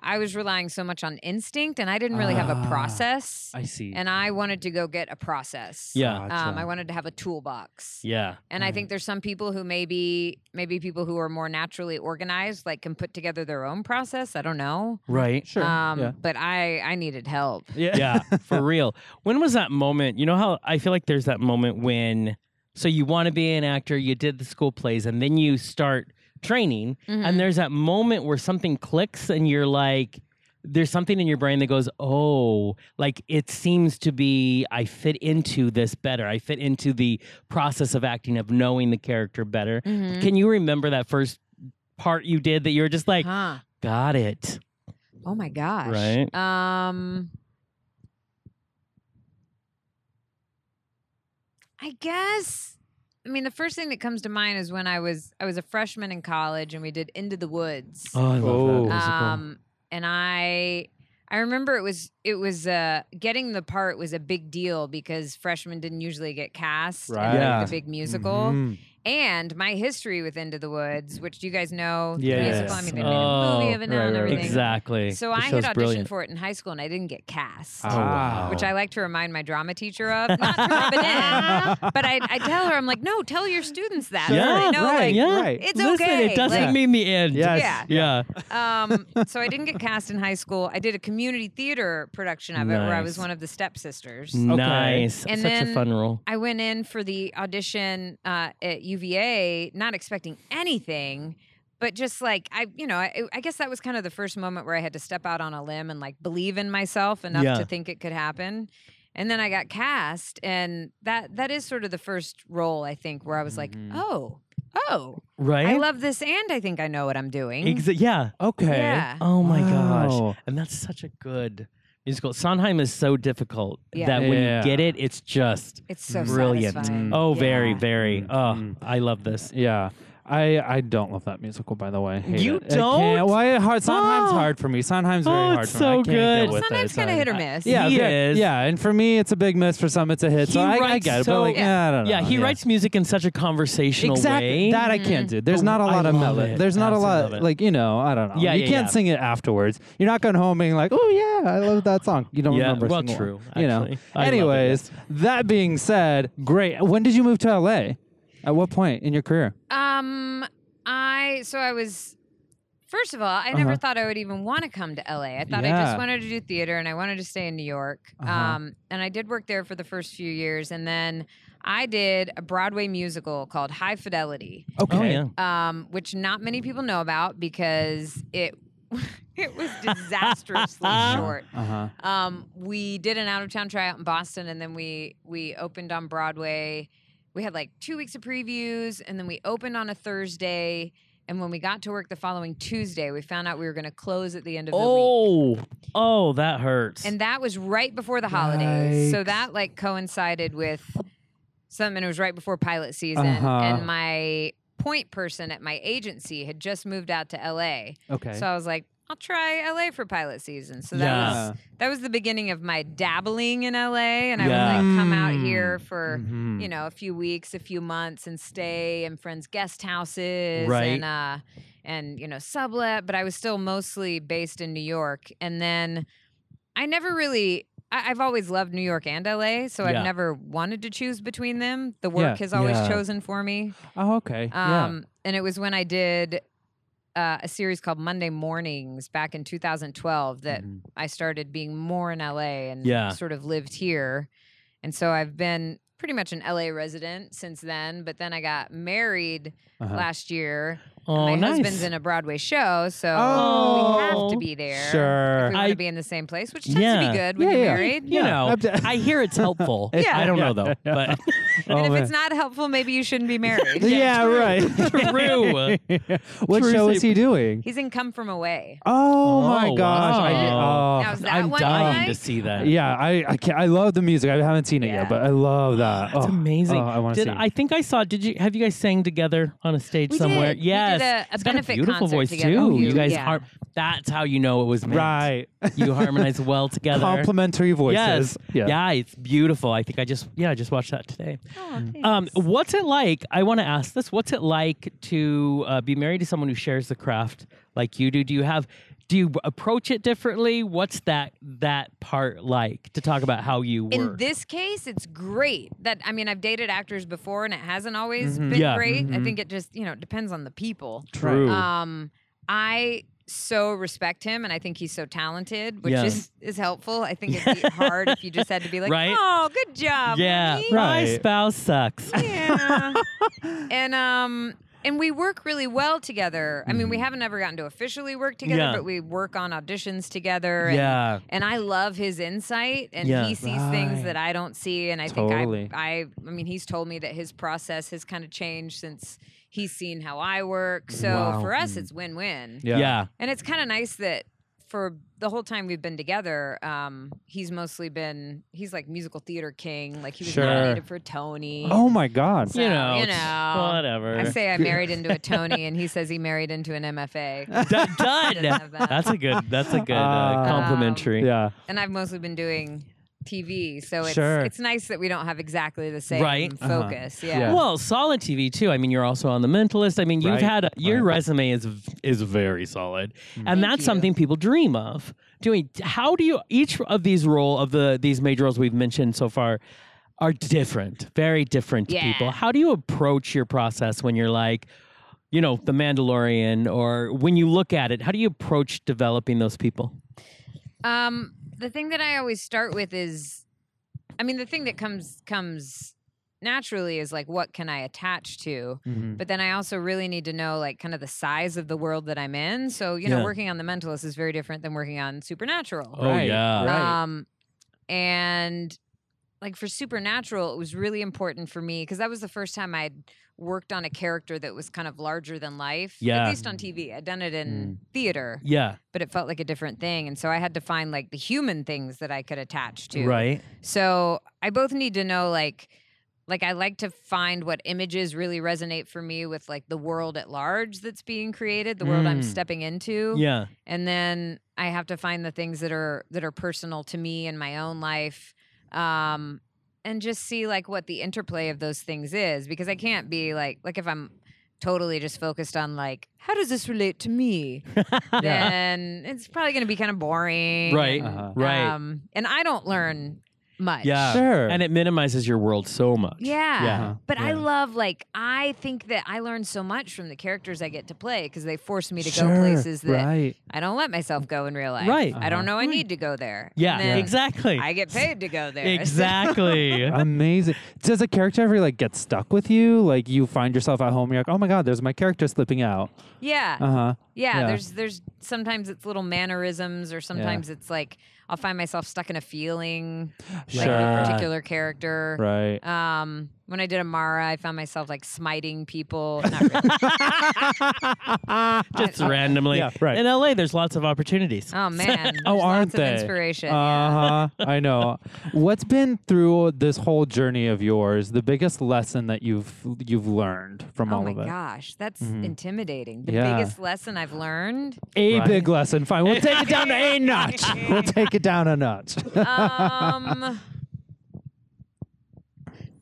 I was relying so much on instinct, and I didn't really have
Ah,
a process.
I see.
and I wanted to go get a process.
Yeah. Mm-hmm.
Um,
Gotcha.
I wanted to have a toolbox.
yeah.
And I think there's some people who maybe maybe people who are more naturally organized, like can put together their own process. I don't know.
Right.
Sure.
Um,
yeah.
But I I needed help.
yeah, for real. When was that moment? You know how I feel like there's that moment when so you want to be an actor, you did the school plays, and then you start training,
Mm-hmm.
and there's that moment where something clicks, and you're like, there's something in your brain that goes, oh, like it seems to be I fit into this better. I fit into the process of acting, of knowing the character better.
Mhm.
Can you remember that first part you did that you were just like,
Huh.
got it?
Oh my gosh.
Right.
Um I guess I mean the first thing that comes to mind is when I was I was a freshman in college and we did Into the Woods.
Oh, I love
Oh.
that.
Um and I I remember it was it was uh getting the part was a big deal because freshmen didn't usually get cast in like,
Right.
the big musical.
Mhm.
And my history with Into the Woods, which you guys know, the
Yes.
musical, I mean they made a
Oh,
movie of it now
right,
and
right, right.
everything.
Exactly.
So
The
I had
show's
auditioned
brilliant.
for it in high school and I didn't get cast.
Ah. wow.
Which I like to remind my drama teacher of, not to rub it in, but I, I tell her, I'm like, no, tell your students that. so
Yeah,
they know,
right,
like,
yeah.
Right.
It's
Listen,
okay.
It doesn't
like-
mean the end.
Yes.
Yeah.
Yeah.
Um, so I didn't get cast in high school. I did a community theater production of it where I was
Nice.
one of the stepsisters.
Nice.
And
Such a
then-
fun role.
I went in for the audition uh, at UVA, not expecting anything, but just like I, you know, I, I guess that was kind of the first moment where I had to step out on a limb and like believe in myself enough
Yeah.
to think it could happen. And then I got cast, and that that is sort of the first role I think where I was like,
Mm-hmm.
Mhm.
oh, oh,
Right?
I love this, and I think I know what I'm doing.
Exa- yeah.
Okay.
Yeah.
Oh my
Wow.
gosh. And that's such a good musical. Sondheim is so difficult
Yeah.
that when
Yeah.
you get it, it's just
It's so
brilliant.
satisfying.
Oh,
Yeah.
very, very. Oh,
Mm.
I love this.
Yeah. I, I don't love that musical, by the way. I hate
You
it. I can't-
don't?
Why it hard? Sondheim's
Oh.
hard for me. Sondheim's very
Oh,
hard
it's
for me. I
so
can't deal
good.
with it.
Sometimes
It's
kind of
hard.
hit or miss.
Yeah,
He
very-
is.
yeah, and for me, it's a big miss. For some, it's a hit. So
He
I, I
writes
get it, but
so-
like, yeah, I don't
Yeah,
know.
he writes music in such a conversational
exactly
way.
that. I can't do. There's
But
not a
I
lot of
love
melody.
it.
There's not a
Absolutely
lot.
love it.
Like you know, I don't know.
Yeah,
you
yeah,
can't
yeah.
sing it afterwards. You're not going home being like, oh yeah, I love that song. You don't
Yeah,
remember. a
well,
single one,
true,
You know.
actually. I love it,
Anyways, that being said, great. When did you move to LA? At what point in your career?
Um, I so I was. First of all, I never
Uh-huh.
thought I would even want to come to LA. I thought I
Yeah.
just wanted to do theater and I wanted to stay in New York.
Uh-huh.
Um, and I did work there for the first few years, and then I did a Broadway musical called High Fidelity,
Oh, yeah.
um, which not many people know about because it it was disastrously short.
Uh huh.
Um, we did an out of town tryout in Boston, and then we we opened on Broadway. We had like two weeks of previews, and then we opened on a Thursday. And when we got to work the following Tuesday, we found out we were going to close at the end of the week.
Oh, oh, that hurts.
And that was right before the holidays, so that like coincided with some, and it was right before pilot season.
Uh-huh.
And my point person at my agency had just moved out to LA,
Okay.
so I was like, I'll try LA for pilot season. So that
Yeah.
Uh.
was that was the beginning of my dabbling in LA, and I
Yeah.
would like come out
Mm.
here for
Mhm.
you know a few weeks, a few months, and stay in friends' guest houses,
Right.
and uh, and you know sublet. But I was still mostly based in New York, and then I never really. I- I've always loved New York and LA, so
Yeah.
I've never wanted to choose between them. The work
Yeah.
has always
Yeah.
chosen for me.
Oh, okay. yeah.
Um, And it was when I did uh, a series called Monday Mornings back in 2012 that
Mhm.
I started being more in LA and
Mm-hmm. Yeah.
sort of lived here. And so I've been pretty much an LA resident since then. But then I got married
Uh-huh.
last year.
Oh,
my
nice.
husband's in a Broadway show, so we have
Oh,
to be there.
sure.
If we want
I-
to be in the same place, which tends to
Yeah.
be good when
Yeah,
you're
yeah.
married.
You
Yeah.
know,
Abso-
I hear it's helpful.
Yeah.
I don't
Yeah.
know though, but
And
Oh,
if
man.
it's not helpful, maybe you shouldn't be married.
yeah, right.
true.
what
True
show is
sleep.
he doing?
He's in Come From Away.
Oh, my
Oh,
gosh! I
wow.
did- oh.
Now, is that
I'm
one
dying
guy?
to see that.
Yeah, I I, can't, I love the music. I haven't seen it yet,
Yeah.
but I love that.
That's
Oh,
amazing.
oh, I want to
Did
see.
I think I saw? Did you have you guys sang together on a stage
We
somewhere?
did. We did
Yes,
a- a
It's got
benefit
beautiful
concert
voice
together.
too.
Oh,
You
you-
guys
yeah.
har- That's how you know it was meant.
right,
You harmonize well together.
complimentary voices.
Yes. Yeah, it's beautiful. I think I just yeah I just watched that today.
Oh,
Um, what's it like? I want to ask this. What's it like to uh, be married to someone who shares the craft like you do? Do you have? Do you approach it differently? What's that that part like to talk about how you
in
were?
this case, it's great that I mean I've dated actors before and it hasn't always been
Mm-hmm. Yeah.
great. I think it just you know it depends on the people.
True.
Um, I so respect him and I think he's so talented, which
Yeah.
is is helpful. I think it'd be hard if you just had to be like,
Right?
oh, good job,
yeah,
honey."
my
Right.
spouse sucks.
yeah. and um and we work really well together. I mean, we haven't ever gotten to officially work together,
Mm-hmm. Yeah.
but we work on auditions together. And,
Yeah.
And I love his insight, and
Yeah.
he sees things
Right.
that I don't see. And I
Totally.
think I, I, I mean, he's told me that his process has kind of changed since he's seen how I work. So
Wow.
for us,
Mm.
it's win-win.
Yeah.
yeah.
And it's kind of nice that for the whole time we've been together, um, he's mostly been he's like musical theater king. Like he was
Sure.
nominated for a Tony.
Oh my God.
So,
you know,
you
it's-
know.
whatever.
I say I married into a Tony, and he says he married into an MFA.
D- done.
Doesn't have that.
That's a good. That's a good
Ah.
uh, complimentary.
Yeah.
And I've mostly been doing TV, so it's
Sure.
it's nice that we don't have exactly the same
Right.
Uh-huh.
focus.
Yeah.
Yeah.
Well, solid TV too. I mean, you're also on The Mentalist. I mean, you've
Right,
had your
right. Mm-hmm.
resume is v- is very solid,
Thank
and that's
you.
something people dream of doing. How do you? Each of these role of the these major roles we've mentioned so far are different, very different
Yeah.
people. How do you approach your process when you're like? You know, The Mandalorian, or when you look at it, how do you approach developing those people?
Um, the thing that I always start with is, I mean, the thing that comes comes naturally is like, what can I attach to?
Mhm.
But then I also really need to know like kind of the size of the world that I'm in. So, you know,
Yeah.
working on the mentalist is very different than working on supernatural.
Oh,
Right,
yeah.
Right.
Um and like for supernatural, it was really important for me because that was the first time I'd worked on a character that was kind of larger than life.
Yeah. Hmm.
At least on TV. I'd done it in theater,
Yeah.
but it felt like a different thing. And so I had to find like the human things that I could attach to.
Right.
So I both need to know like like I like to find what images really resonate for me with like the world at large that's being created, the world I'm
Hmm.
Mm.
stepping into.
Yeah.
And then I have to find the things that are that are personal to me in my own life. Um and just see like what the interplay of those things is because I can't be like like if I'm totally just focused on like how does this relate to me then it's probably going to be kind of boring
Right.
and,
Uh-huh.
Right.
um, and I don't learn much.
Yeah.
Sure.
And it minimizes your world so much.
Yeah.
Yeah.
But I
Yeah.
love, like, I think that I learn so much from the characters I get to play because they force me to
sure.
go places that
Right.
I don't let myself go in real life.
Right.
I don't know I
Right.
need to go there.
Yeah.
And then
Exactly.
I get paid to go there. So-
Exactly.
Um,
Amazing. Does a character ever like get stuck with you? Like you find yourself at home, you're like, oh my god, there's my character slipping out.
yeah.
Uh huh.
yeah.
yeah.
There's, there's sometimes it's little mannerisms or sometimes it's like I'll find myself stuck in a feeling, like
Sure.
a particular character.
Right.
Um, when I did Amara, I found myself like smiting people. Not really.
Just randomly.
Yeah, right.
In LA, there's lots of opportunities.
oh man.
Oh,
There's
aren't
lots
they?
Of inspiration. yeah.
Uh huh. I know. What's been through this whole journey of yours? The biggest lesson that you've you've learned from
Oh
all
my
of it? Mm-hmm.
gosh, that's intimidating. The
Yeah.
biggest lesson I've learned.
A big lesson. Fine. We'll take it down to a notch. We'll take it down a notch.
Um,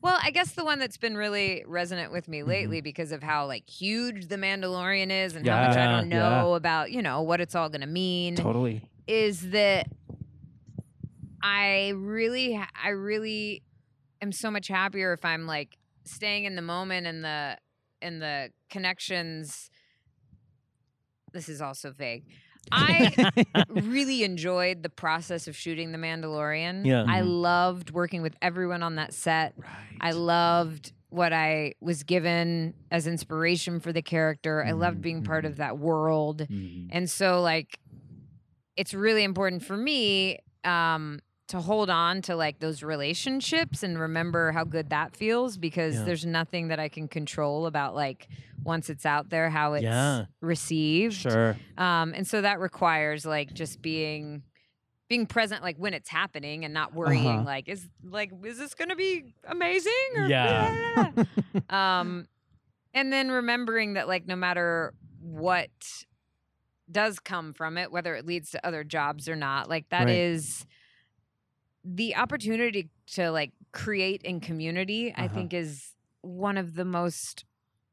well, I guess the one that's been really resonant with
Mm-hmm.
me lately because of how like huge the Mandalorian is and how much I
Yeah,
don't
yeah.
know about you know what it's all gonna mean
totally.
is that I really ha- I really am so much happier if I'm like staying in the moment and the and the connections. This is also vague. I really enjoyed the process of shooting The Mandalorian.
Yeah.
I
Mhm.
loved working with everyone on that set.
Right.
I loved what I was given as inspiration for the character. I loved being part of that world. And so like it's really important for me um to hold on to like those relationships and remember how good that feels because
Yeah.
there's nothing that I can control about like once it's out there how it's
Yeah.
received.
Sure.
Um and so that requires like just being being present like when it's happening and not worrying
Uh-huh.
like is like is this going to be amazing or
Yeah.
blah, blah, blah, blah. um and then remembering that like no matter what does come from it whether it leads to other jobs or not like that
Right.
is the opportunity to like create in community i
Uh-huh.
think is one of the most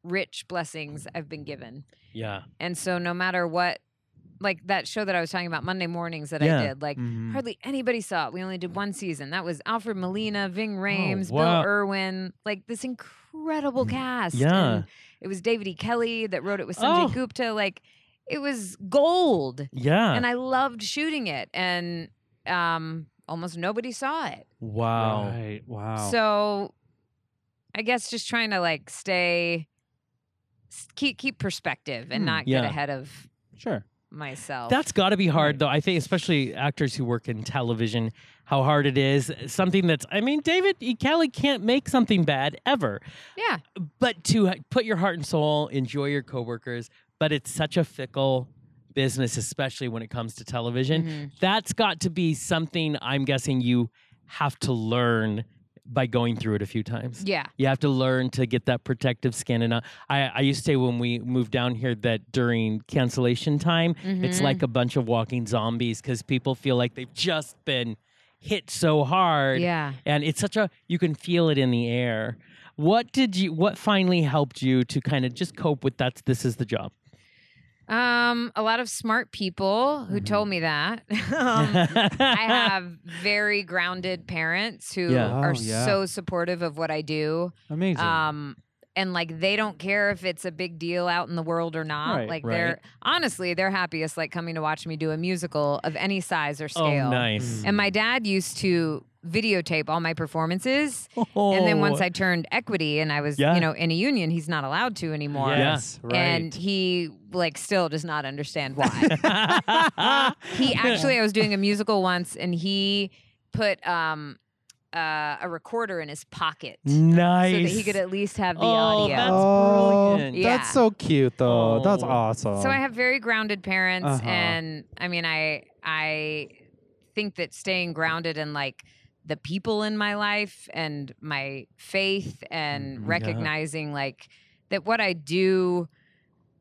rich blessings i've been given
Yeah.
and so no matter what like that show that i was talking about monday mornings that i
Yeah. Mm-hmm.
did like
Mhm.
Hardly anybody saw it. We only did one season. That was Alfred Molina, Ving Rhames,
Oh, wow. Mm,
Bill Irwin, like this incredible cast.
Yeah.
And it was David E. Kelly that wrote it with Sanjay
Oh.
Gupta. Like it was gold.
Yeah.
And I loved shooting it. And um almost nobody saw it.
wow.
Right. Wow.
So I guess just trying to like stay s- keep keep perspective and
Hmm.
not
Yeah.
get ahead of
sure.
myself.
That's got to be hard, though. I think, especially actors who work in television, how hard it is. Something that's, I mean, David E. Kelly can't make something bad ever,
yeah.
but to h- put your heart and soul, enjoy your coworkers, but it's such a fickle business, especially when it comes to television.
Mhm.
That's got to be something I'm guessing you have to learn by going through it a few times.
Yeah.
You have to learn to get that protective skin. And uh, I, I used to say when we moved down here that during cancellation time, it's
Mhm.
like a bunch of walking zombies because people feel like they've just been hit so hard.
Yeah.
And it's such a, you can feel it in the air. What did you, what finally helped you to kind of just cope with that's, this is the job?
Um, a lot of smart people who
Mm-hmm.
told me that. um, I have very grounded parents who
Yeah.
are
Oh, yeah.
so supportive of what I do.
Amazing.
Um, and like they don't care if it's a big deal out in the world or not.
Right,
like
right.
they're honestly they're happiest like coming to watch me do a musical of any size or
oh,
scale.
nice.
And my dad used to videotape all my performances.
Oh.
And then once I turned equity and I was,
Oh. Yeah.
you know, in a union, he's not allowed to anymore.
yes. Right.
And he like still does not understand why.
I,
he actually i was doing a musical once and he put um uh, a recorder in his pocket
nice.
so that he could at least have the
Oh,
audio
that's
oh,
brilliant.
Yeah.
That's so cute, though. That's
Oh.
awesome.
so i have very grounded parents
Uh-huh.
and i mean i i think that staying grounded in like the people in my life and my faith and
Mhm.
recognizing like that what i do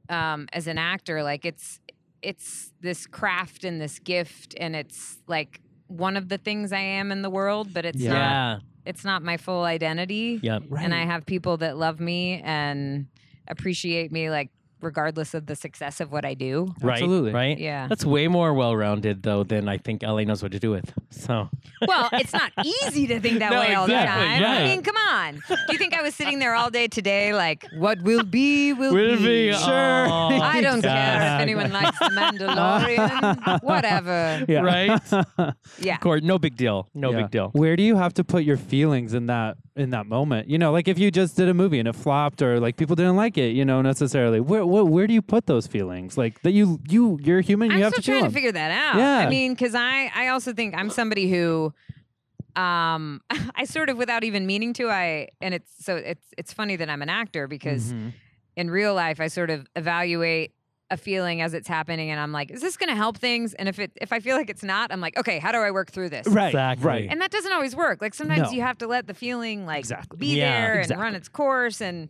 um, as an actor like it's it's this craft and this gift and it's like one of the things i am in the world but it's not
yeah.
it's not my full identity
Yeah.
Right.
and I have people that love me and appreciate me, like regardless of the success of what I do.
Right.
Absolutely.
Right.
Yeah.
That's way more well rounded though than I think LA knows what to do with. So
Well, it's not easy to think that
No,
way all
exactly,
the time.
yeah.
I mean, come on. Do you think I was sitting there all day today, like, what will be, will, be?
Sure.
I don't care
Yeah.
if anyone likes The Mandalorian. Whatever.
yeah.
Right?
Yeah.
Court, no big deal. No
Yeah.
big deal.
Where do you have to put your feelings in that in that moment? You know, like if you just did a movie and it flopped, or like people didn't like it, you know, necessarily. Where where, where do you put those feelings? Like that you you you're human.
I'm
you have
still
to feel
trying to
them.
figure that out.
Yeah.
I mean, because I, I also think I'm somebody who, um, I sort of without even meaning to, I and it's so it's it's funny that I'm an actor because
Mm-hmm.
Mhm.
in real life I sort of evaluate a feeling as it's happening and I'm like, is this going to help things? And if it if I feel like it's not, I'm like, okay, how do I work through this?
Right.
Exactly.
Right.
And that doesn't always work. Like sometimes
No.
you have to let the feeling like
Exactly.
be
Yeah,
there and
exactly.
run its course and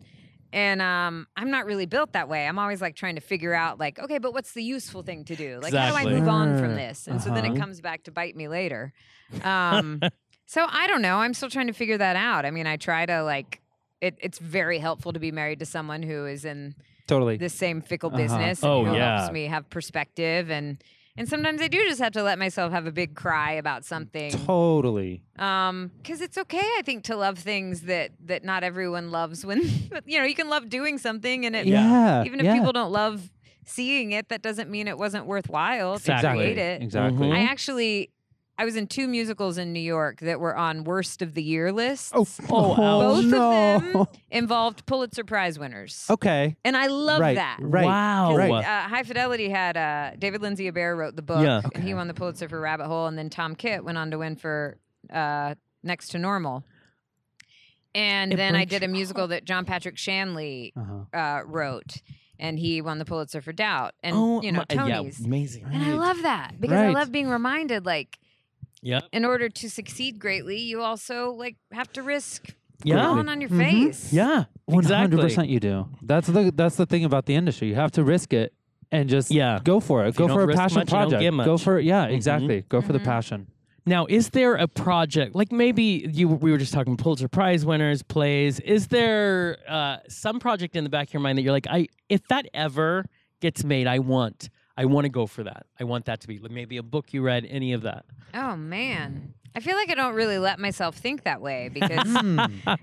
and um I'm not really built that way. I'm always like trying to figure out like, okay, but what's the useful thing to do? Like how do
Exactly.
I move on
Sure.
from this? And so then it
Uh-huh.
comes back to bite me later. Um so I don't know. I'm still trying to figure that out. I mean, I try to like it, it's very helpful to be married to someone who is in
Totally.
the same fickle
Uh-huh.
business. and
Oh,
who
yeah.
helps me have perspective and and sometimes I do just have to let myself have a big cry about something.
Totally.
Um, because it's okay, I think, to love things that that not everyone loves. When you know, you can love doing something, and it,
Yeah.
even if
yeah.
people don't love seeing it, that doesn't mean it wasn't worthwhile
Exactly.
to create it. Mm-hmm.
Exactly. mm-hmm.
Mhm.
I actually I was in two musicals in New York that were on worst of the year lists.
Oh,
Oh, ouch.
Both
no.
of them involved Pulitzer Prize winners.
Okay.
And I love
right.
that.
Right.
Wow.
Right.
Uh, High Fidelity had uh, David Lindsay Abair wrote the book,
Yeah.
and he won the Pulitzer for Rabbit Hole, and then Tom Kitt went on to win for uh, Next to Normal. And
It
then I
breaks
did a
your
musical that John Patrick Shanley
Uh-huh.
uh, wrote, and he won the Pulitzer for Doubt, and
oh,
you know
my- yeah,
Tony's.
amazing.
And I love that because I
Right.
love being reminded, like,
Yep.
in order to succeed greatly, you also like have to risk
Yeah.
falling on your
Mhm.
face.
Yeah.
One
exactly.
hundred percent, you do. That's the that's the thing about the industry. You have to risk it and just
Yeah.
go for it.
you
go for
don't
a
risk
passion
much, you don't
project.
get
Go
much. Mm-hmm.
for yeah, exactly. Go for the
Mm-hmm.
passion.
Now, is there a project like maybe you? We were just talking Pulitzer Prize winners, plays. Is there uh, some project in the back of your mind that you're like, I if that ever gets made, I want, I want to go for that. I want that to be like maybe a book you read, any of that.
Oh
Mm.
man. I feel like I don't really let myself think that way because
Hmm.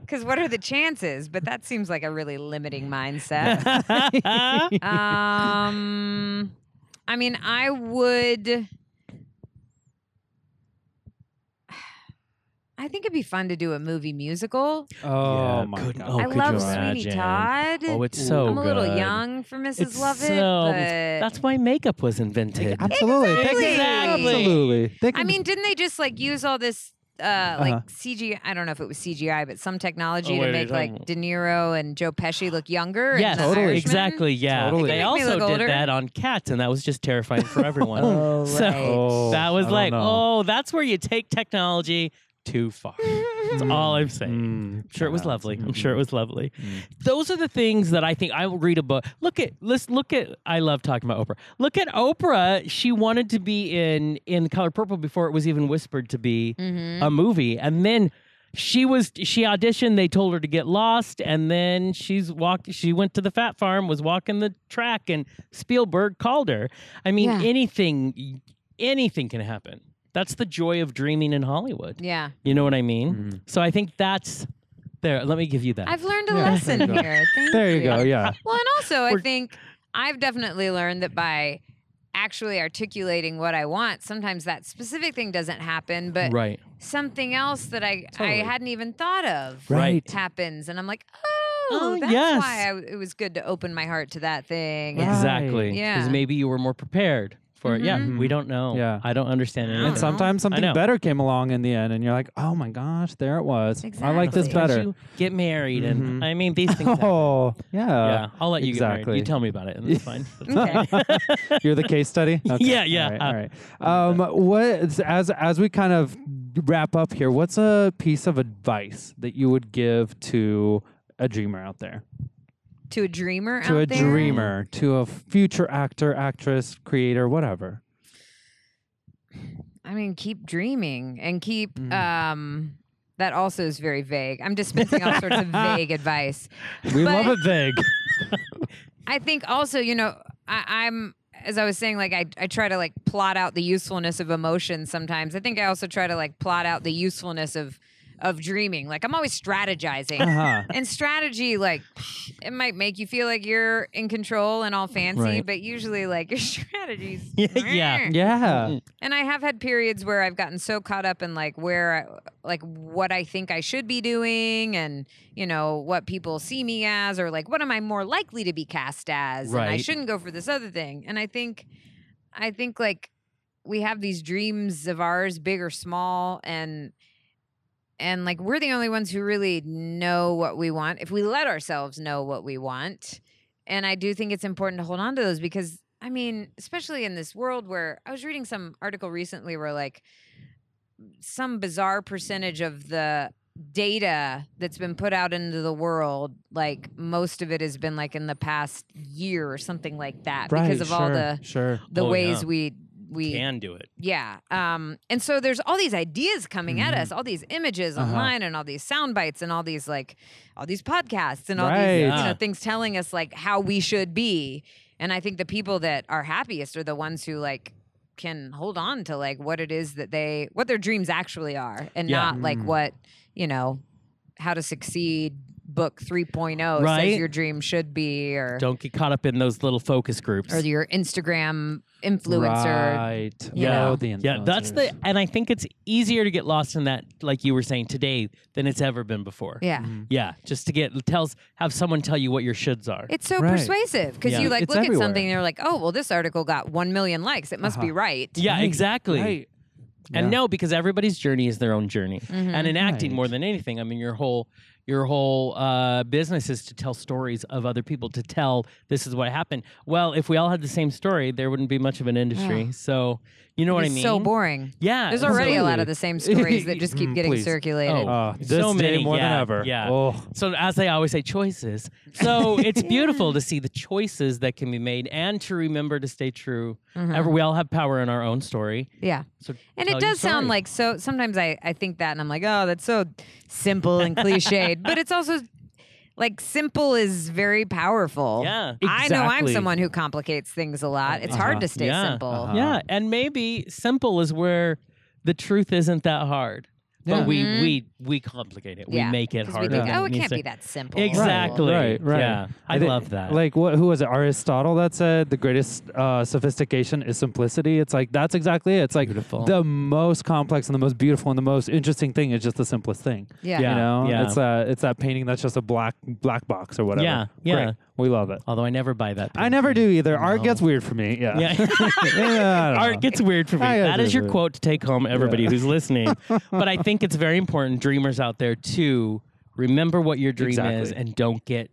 cause what are the chances? But that seems like a really limiting mindset.
Oh
um I mean, I would I think it'd be fun to do a movie musical.
Oh
Yeah,
my
good-
god.
oh,
I
could
love
you
Sweeney
imagine?
Todd.
Oh, it's so.
I'm a little
good.
young for Mrs.
It's
Lovett,
so-
but
That's why makeup was invented.
Absolutely. They can-
Exactly.
Absolutely. They
I
can-
mean, didn't they just like use all this uh like
Uh-huh.
CGI I don't know if it was CGI, but some
Oh,
technology
wait,
to
are you
make like De
talking-
Niro and Joe Pesci look younger?
Yes,
and
Totally.
exactly. Yeah,
Totally.
they
They can make me
also
look
did
older.
that on Cats, and that was just terrifying for everyone.
Oh,
so
right.
that was
I don't
like,
know.
oh, that's where you take technology too far. That's all I'm saying.
Mm,
I'm sure it was
yeah.
lovely. I'm
Mm.
sure it was lovely.
Mm.
Those are the things that I think I will read a book. Look at let's look at I love talking about Oprah. Look at Oprah. She wanted to be in in Color Purple before it was even whispered to be
Mm-hmm.
a movie and then she was she auditioned they told her to get lost and then she's walked she went to the fat farm was walking the track and spielberg called her i mean
Yeah.
anything anything can happen that's the joy of dreaming in hollywood
Yeah.
you know what i mean
Mm-hmm.
so i think that's there let me give you that
I've learned a
Yeah.
lesson
There you go.
here. Thank
There you go. Yeah.
Well, and also I
We're-
think I've definitely learned that by actually articulating what I want, sometimes that specific thing doesn't happen, but
right
something else that I
Totally.
I hadn't even thought of
Right.
happens, and I'm like, oh,
Oh,
that's
yes.
why I, it was good to open my heart to that thing.
Right.
exactly
Yeah.
maybe you were more prepared for it yeah
Mhm.
we don't know
Yeah.
i don't understand it
And
either.
And sometimes something
know.
better came along in the end, and you're like, oh my gosh, there it was. I like this
Exactly.
Sometimes
better.
you get married and
Mhm.
i mean these things happen.
Oh, yeah.
yeah, I'll let you get married.
exactly.
You tell me about it, and it's fine.
Okay.
You're the case study.
Yeah, yeah.
All right. All right. Um, what as as we kind of wrap up here, what's a piece of advice that you would give to a dreamer out there,
to a dreamer
to
out
a
there?
dreamer, to a future actor, actress, creator, whatever?
I mean, keep dreaming and keep.
Mhm.
Um, that also is very vague. I'm dispensing all sorts of vague advice.
We
But-
love it vague.
I think also, you know, I, I'm as I was saying, like I, I try to like plot out the usefulness of emotion sometimes. I think I also try to like plot out the usefulness of of dreaming. Like I'm always strategizing.
Uh-huh.
and strategy like it might make you feel like you're in control and all fancy
Right.
but usually like your strategies
Yeah, yeah.
Yeah.
and i have had periods where i've gotten so caught up in like where I, like what i think i should be doing and you know what people see me as or like what am i more likely to be cast as and i
Right.
shouldn't go for this other thing and i think i think like we have these dreams of ours big or small and and like we're the only ones who really know what we want if we let ourselves know what we want and i do think it's important to hold on to those because i mean especially in this world where i was reading some article recently where like some bizarre percentage of the data that's been put out into the world like most of it has been like in the past year or something like that
Right,
because of all
sure,
the
sure.
the
Oh,
ways
yeah.
we we
Can do it.
yeah. Um, and so there's all these ideas coming at
Mm-hmm.
us, all these images
Uh-huh.
online and all these sound bites and all these like all these podcasts and all
Right.
these you
Yeah.
know things telling us like how we should be. And I think the people that are happiest are the ones who like can hold on to like what it is that they what their dreams actually are and
Yeah.
not like
Mm.
what, you know, how to succeed book 3.0
Right.
says your dream should be, or
Don't get caught up in those little focus groups.
or your Instagram influencer.
Right.
you
Oh,
know.
the
yeah, that's the,
influencers.
and I think it's easier to get lost in that, like you were saying today, than it's ever been before.
Yeah.
Yeah, just to get tells have someone tell you what your shoulds are.
It's so
Right.
persuasive because
Yeah.
you like
It's
look
everywhere.
at something and you're like, oh, well, this article got 1 million likes. It must be right.
Uh-huh. yeah,
Right,
exactly.
Right.
And
Yeah.
no, because everybody's journey is their own journey.
Mm-hmm.
And in acting, more
Right.
than anything, I mean, your whole your whole uh, business is to tell stories of other people to tell this is what happened. Well, if we all had the same story, there wouldn't be much of an industry. So you know what I
It's
mean?
so boring.
Yeah, Mm-hmm,
There's already a lot
absolutely.
of the same stories that just keep
Mm,
getting
please.
circulated.
Oh.
Uh,
So
this day
many,
more than
yeah,
ever.
yeah.
Oh.
So as they always say, choices. So it's beautiful to see the choices that can be made and to remember to stay true. Ever, we all have power in our own story.
Mm-hmm. Yeah.
So
And
tell
it
your
does sound
story.
like so. Sometimes I, I think that and I'm like, oh, that's so simple and cliched. but it's also like simple is very powerful.
Yeah.
I know I'm
Exactly.
someone who complicates things a lot. It's
Uh-huh.
hard to stay
Yeah.
simple.
Uh-huh.
Yeah, and maybe simple is where the truth isn't that hard.
Yeah.
But we we we complicate it.
Mm-hmm. Yeah,
We make it
'Cause
harder.
We think,
than
oh, it
needs
can't
to-
be that simple.
Exactly.
Right, right.
Yeah, I
thi-
love that.
Like, what? Who was it? Aristotle that said the greatest uh, sophistication is simplicity. It's like that's exactly it. It's like
Beautiful.
the most complex and the most beautiful and the most interesting thing is just the simplest thing.
Yeah.
you
Yeah,
know,
yeah.
it's uh, it's that painting that's just a black black box or whatever.
Yeah, yeah.
Great. we love it.
Although I never buy that.
I never do either. Art
No.
gets weird for me. Yeah,
Yeah.
Yeah, I don't know.
Art gets weird for me.
I
That is your
agree.
quote to take home, everybody who's listening. But I think it's very important, dreamers out there, to remember what your dream is
Exactly. Mm-hmm.
and don't get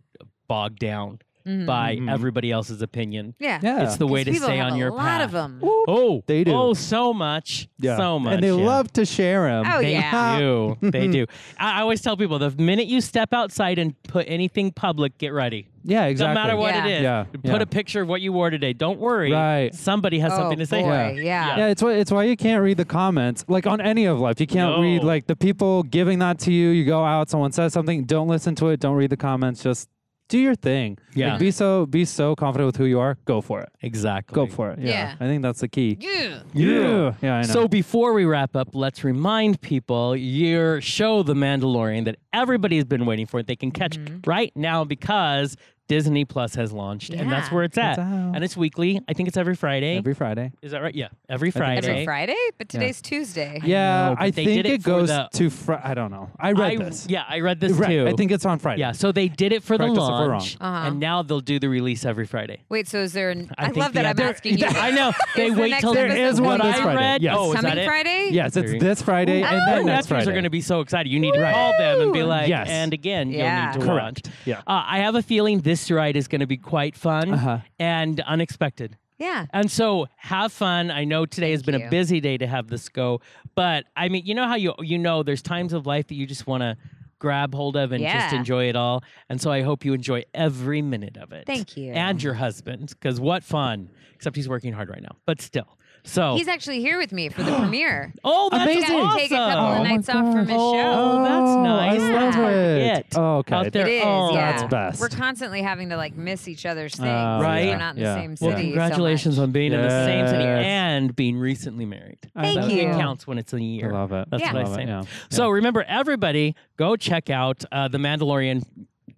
bogged down by everybody else's opinion.
Mm-hmm. Yeah.
Yeah.
It's the way
'Cause
to
people
stay
have
on
a
your
lot
path.
of them.
Oh,
They do.
Oh, so much.
Yeah.
So much.
and they
yeah.
love to share them.
Oh,
They
yeah.
do. They do. I I always tell people the minute you step outside and put anything public, get ready.
yeah, exactly.
No matter what
Yeah.
it is,
Yeah,
put a
yeah.
picture of what you wore today. Don't worry.
Right.
Somebody has
Oh,
something to say.
boy,
Yeah.
yeah.
Yeah, it's why it's why you can't read the comments like on any of life. You can't
No.
read like the people giving that to you. You go out, someone says something, don't listen to it, don't read the comments, just do your thing. Like,
Yeah.
be so be so confident with who you are. Go for it.
Exactly.
Go for it. Yeah.
Yeah.
I think that's the key.
Yeah.
Yeah. Yeah, I know.
So before we wrap up, let's remind people your show, The Mandalorian, that everybody's been waiting for. They can catch
Mm-hmm.
right now because Disney Plus has launched, and that's
Yeah.
where it's at.
It's out.
and it's weekly. I think it's every Friday.
every Friday.
Is that right? Yeah, every Friday.
think so.
Every Friday? But today's Tuesday.
Yeah,
know, but
I
they
think
did it
it
for
goes
the-
to Fri I don't know. I read
I-
this.
Yeah, I read this
Right.
too.
I think it's on Friday.
Yeah, so they did it for
Correct
the
us if we're wrong.
launch,
Uh-huh.
and now they'll do the release every Friday.
Wait, so is there an. I,
think-
love that
yeah,
I'm
there-
asking you.
I know they
Is the
wait
next
till
There episode is one
what
this
I
Friday,
read.
yes.
Oh, is that
Coming
it?
Friday?
Yes,
Theory.
it's this Friday
Your
and then next
Oh, nephews
Friday.
are going to be so excited. You need to call them and be like,
Yes.
and again,
Yeah.
you'll need to
Correct.
watch.
Yeah.
Uh, I have a feeling this ride is going to be quite fun
Uh-huh.
and unexpected.
Yeah.
And so have fun. I know today has
Thank
been a
you.
busy day to have this go, but I mean, you know how you you know there's times of life that you just want to grab hold of and just
Yeah.
enjoy it all. And so I hope you enjoy every minute of it.
Thank you.
And your husband, because what fun! Except he's working hard right now, but still. So
Oh. He's actually here with me for the premiere.
oh, that's
He's
Amazing.
got to take a couple
awesome.
Oh
of
my
nights off from his
gosh.
show.
Oh, that's nice.
I love
Yeah.
it.
Get
Oh, okay.
out
It
there.
is,
Oh,
yeah.
That's best.
We're constantly having to like miss each other's things.
Oh,
because
Right.
We're not in
yeah,
the same
yeah.
city.
Well, congratulations
so much.
on being in the same city
Yes.
and being recently married.
I
Thank
love
That
it.
you.
It counts when it's in a year.
I love it.
That's
Yeah.
what
Love
I
it,
say.
yeah.
So remember, everybody, go check out uh, The Mandalorian.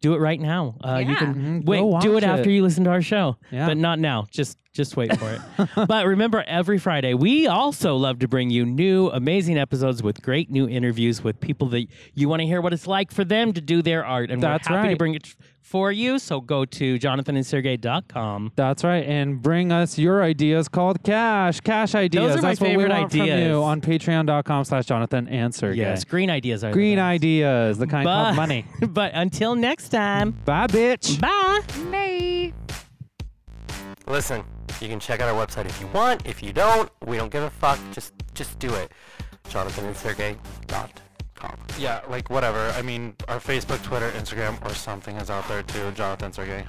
Do it right now. Uh, You
Yeah.
can
Mhm.
wait.
Go
Do
watch
it after
it.
you listen to our show,
Yeah.
but not now. Just just wait for it. but remember, every Friday we also love to bring you new amazing episodes with great new interviews with people that you want to hear what it's like for them to do their art, and
That's
we're happy to
right.
bring it for you. So go to jonathanandsergey.com.
That's right. And bring us your ideas called cash. Cash ideas.
are my
That's what we
favorite
want from
ideas.
you on patreon.com slash Jonathan and Sergey.
Yes, green ideas are
Green
the best.
ideas, the kind
But-
of money.
But until next time,
Bye, bitch.
bye.
May.
Listen, you can check out our website if you want. If you don't, we don't give a fuck. Just just do it. JonathanandSergey.com. Yeah, like whatever. I mean, our Facebook, Twitter, Instagram, or something is out there too. Jonathan Sergey.